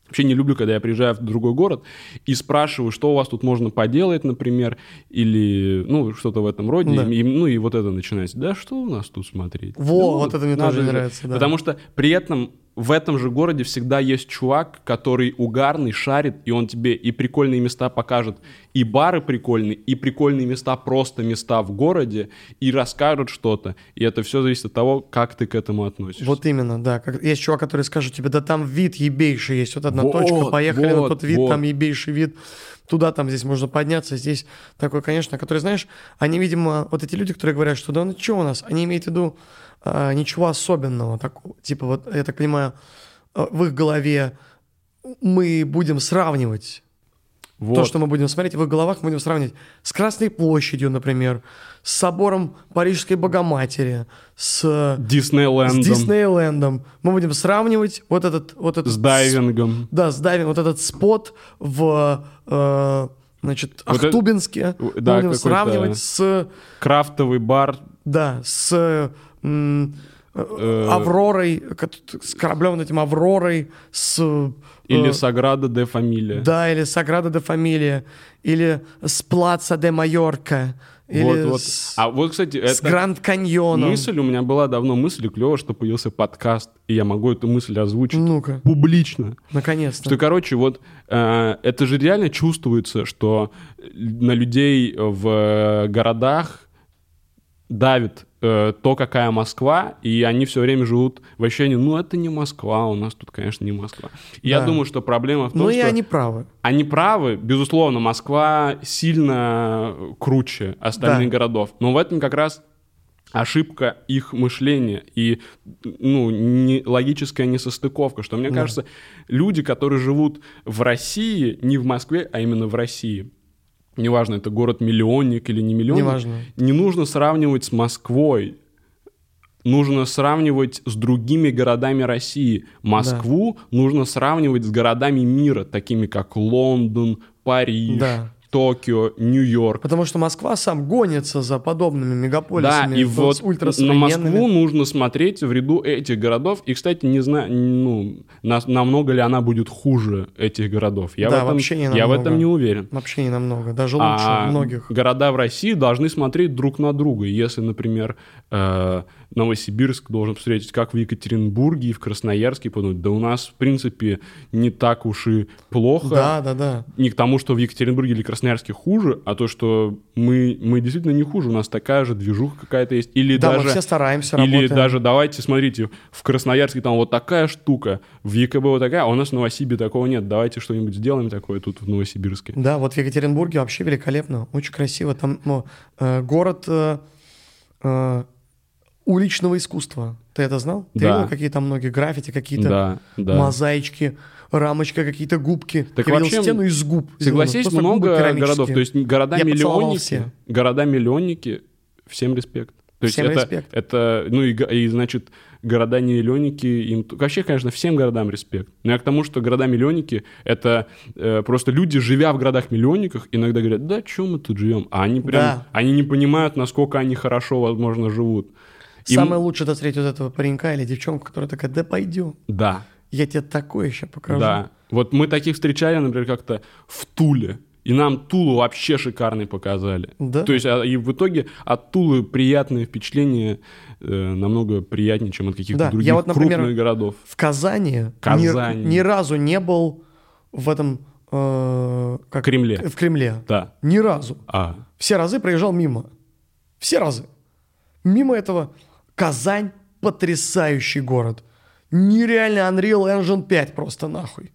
вообще не люблю, когда я приезжаю в другой город и спрашиваю, что у вас тут можно поделать, например, или, ну, что-то в этом роде,
Да.
И- и, ну, и вот это начинается, да, что у нас тут смотреть?
Во,
Ну,
вот это мне
надо
тоже
же.
нравится, да.
Потому что при этом в этом же городе всегда есть чувак, который угарный, шарит, и он тебе и прикольные места покажет, и бары прикольные, и прикольные места, просто места в городе, и расскажут что-то. И это все зависит от того, как ты к этому относишься.
Вот именно, да. Как- есть чувак, который скажет тебе, да там вид ебейший есть, вот одна
Вот,
точка, поехали на
вот,
тот вид,
вот.
там ебейший вид, туда там здесь можно подняться, здесь такой, конечно, который, знаешь, они, видимо, вот эти люди, которые говорят, что да ну что у нас, они имеют в виду а, ничего особенного, такого, типа вот, я так понимаю, а, в их голове мы будем сравнивать
Вот.
то, что мы будем смотреть, в их головах мы будем сравнивать с Красной площадью, например, с собором Парижской Богоматери, с
Диснейлендом,
с Диснейлендом. Мы будем сравнивать вот этот... Вот этот
с дайвингом.
Да, с дайвингом. Вот этот спот в, э, значит,
Вот это-
Ахтубинске.
да,
мы будем
какой-то-
сравнивать с...
Крафтовый бар,
Да, с... м, э, Авророй, кот- с кораблем вот этим Авророй, с... э,
или Саграда де Фамилия.
Да, или Саграда де Фамилия, или с Плаца де Майорка, или
вот, вот.
с,
А вот, кстати,
с
это
Гранд Каньоном.
мысль у меня была давно, мысль клево, что появился подкаст, и я могу эту мысль озвучить
Ну-ка,
публично.
наконец-то.
Что, короче, вот э, это же реально чувствуется, что на людей в э, городах давит э, то, какая Москва, и они все время живут в ощущении, ну, это не Москва, у нас тут, конечно, не Москва. И Я
Да.
думаю, что проблема в том,
ну и
что
они правы.
они правы, безусловно, Москва сильно круче остальных
Да.
городов, но в этом как раз ошибка их мышления и ну, не, логическая несостыковка, что, мне кажется, люди, которые живут в России, не в Москве, а именно в России, неважно, это город-миллионник или не миллионник,
Неважно.
не нужно сравнивать с Москвой, нужно сравнивать с другими городами России. Москву нужно сравнивать с городами мира, такими как Лондон, Париж,
Да.
Токио, Нью-Йорк.
Потому что Москва сам гонится за подобными
Да,
мегаполисами.
и
ну, с
вот на
ультрасовременными.
Москву нужно смотреть в ряду этих городов. И, кстати, не знаю, ну, на- намного ли она будет хуже этих городов. Я,
Да,
в, этом,
вообще не
я в
намного.
этом не уверен.
Вообще не намного, даже лучше
А
многих.
Города в России должны смотреть друг на друга. И Если, например, э, Новосибирск должен встретить, как в Екатеринбурге и в Красноярске, и подумать, да у нас, в принципе, не так уж и плохо.
Да, да, да.
Не к тому, что в Екатеринбурге или Красноярске хуже, а то, что мы, мы действительно не хуже, у нас такая же движуха какая-то есть. Или
да,
даже...
мы все стараемся,
Или
работаем.
даже давайте, смотрите, в Красноярске там вот такая штука, в ЕКБ вот такая, а у нас в Новосибе такого нет. Давайте что-нибудь сделаем такое тут в Новосибирске.
Да, вот в Екатеринбурге вообще великолепно, очень красиво. Там ну, э, город э, э, уличного искусства. Ты это знал? Ты
Да.
видел, какие там многие граффити, какие-то
Да, да.
мозаички, рамочка, какие-то губки.
Так
Я видел
вообще,
стену из губ.
Согласись,
Просто губы
много
керамические.
городов. То есть
Я поцеловал
города-миллионники,
все.
города-миллионники, всем респект. То есть
Всем
это,
респект.
это, ну и, го- и, значит, города миллионники, им т- вообще, конечно, всем городам респект. Но я к тому, что города миллионники это э, просто люди, живя в городах миллионниках, иногда говорят, да, чё мы тут живем? А они прям,
Да.
они не понимают, насколько они хорошо, возможно, живут. Им-
Самое лучшее это встретить вот этого паренька или девчонку, которая такая, да пойдем,
Да,
я тебе такое еще покажу.
да. Вот мы таких встречали, например, как-то в Туле. И нам Тулу вообще шикарный показали.
Да?
То есть а, и в итоге от Тулы приятные впечатления э, намного приятнее, чем от каких-то
Да, я
других
вот, например,
крупных городов.
В Казани, ни-
Казани.
Ни, разу не был в этом... э, как-
Кремле.
В Кремле.
Да.
Ни разу.
А.
Все разы проезжал мимо. Все разы. Мимо этого Казань потрясающий город. Нереально Unreal Engine 5 просто нахуй.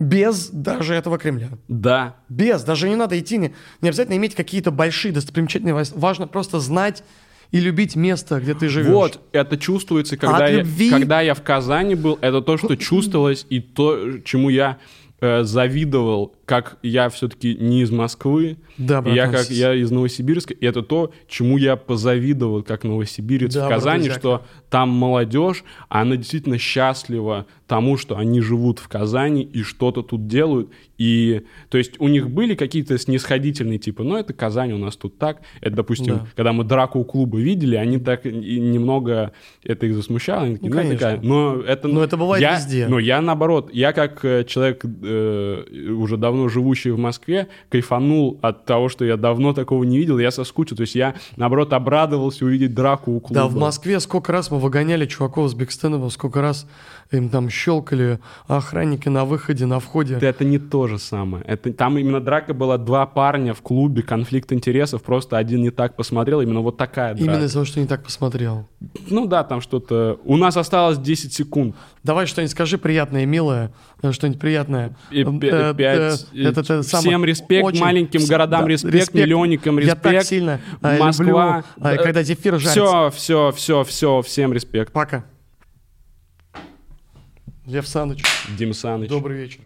Без даже этого Кремля.
Да.
Без, даже не надо идти, не, не обязательно иметь какие-то большие достопримечательности. Важно просто знать и любить место, где ты живешь.
Вот, это чувствуется, когда,
от
я,
любви?
когда я в Казани был, это то, что чувствовалось, и то, чему я э, завидовал, как я все-таки не из Москвы,
Да,
и я,
братан,
как, я из Новосибирска, и это то, чему я позавидовал, как новосибирец
Да,
в Казани,
братан,
что там молодежь, она действительно счастлива тому, что они живут в Казани и что-то тут делают. И, то есть, у них были какие-то снисходительные типы, ну, это Казань, у нас тут так. Это, допустим,
Да.
когда мы драку у клуба видели, они так и немного, это их засмущало. Они такие,
Ну,
«Ну, это
конечно.
Казань». Но это,
Но это бывает
я-
везде.
Но я, наоборот, я как э, человек, э, уже давно живущий в Москве, кайфанул от того, что я давно такого не видел, я соскучил. То есть я, наоборот, обрадовался увидеть драку у клуба.
Да, в Москве сколько раз мы выгоняли чуваков с Бигстеновым, сколько раз им там щелкали охранники на выходе, на входе.
Это, это не то же самое. Это, там именно драка была два парня в клубе, конфликт интересов, просто один не так посмотрел, именно вот такая драка.
Именно из-за того, что не так посмотрел.
Ну да, там что-то... У нас осталось 10 секунд.
Давай что-нибудь скажи приятное, милое, э, что-нибудь приятное.
И
Э,
пя-
э,
пять,
э, это ты сам-
всем респект, маленьким
вс-
городам
да,
респект, миллионникам
Я так
респект.
сильно э,
Москва,
люблю, э,
да,
когда зефир жарится.
Все, все, все, все, всем респект.
Пока. Лев Саныч,
Дим Саныч.
добрый вечер.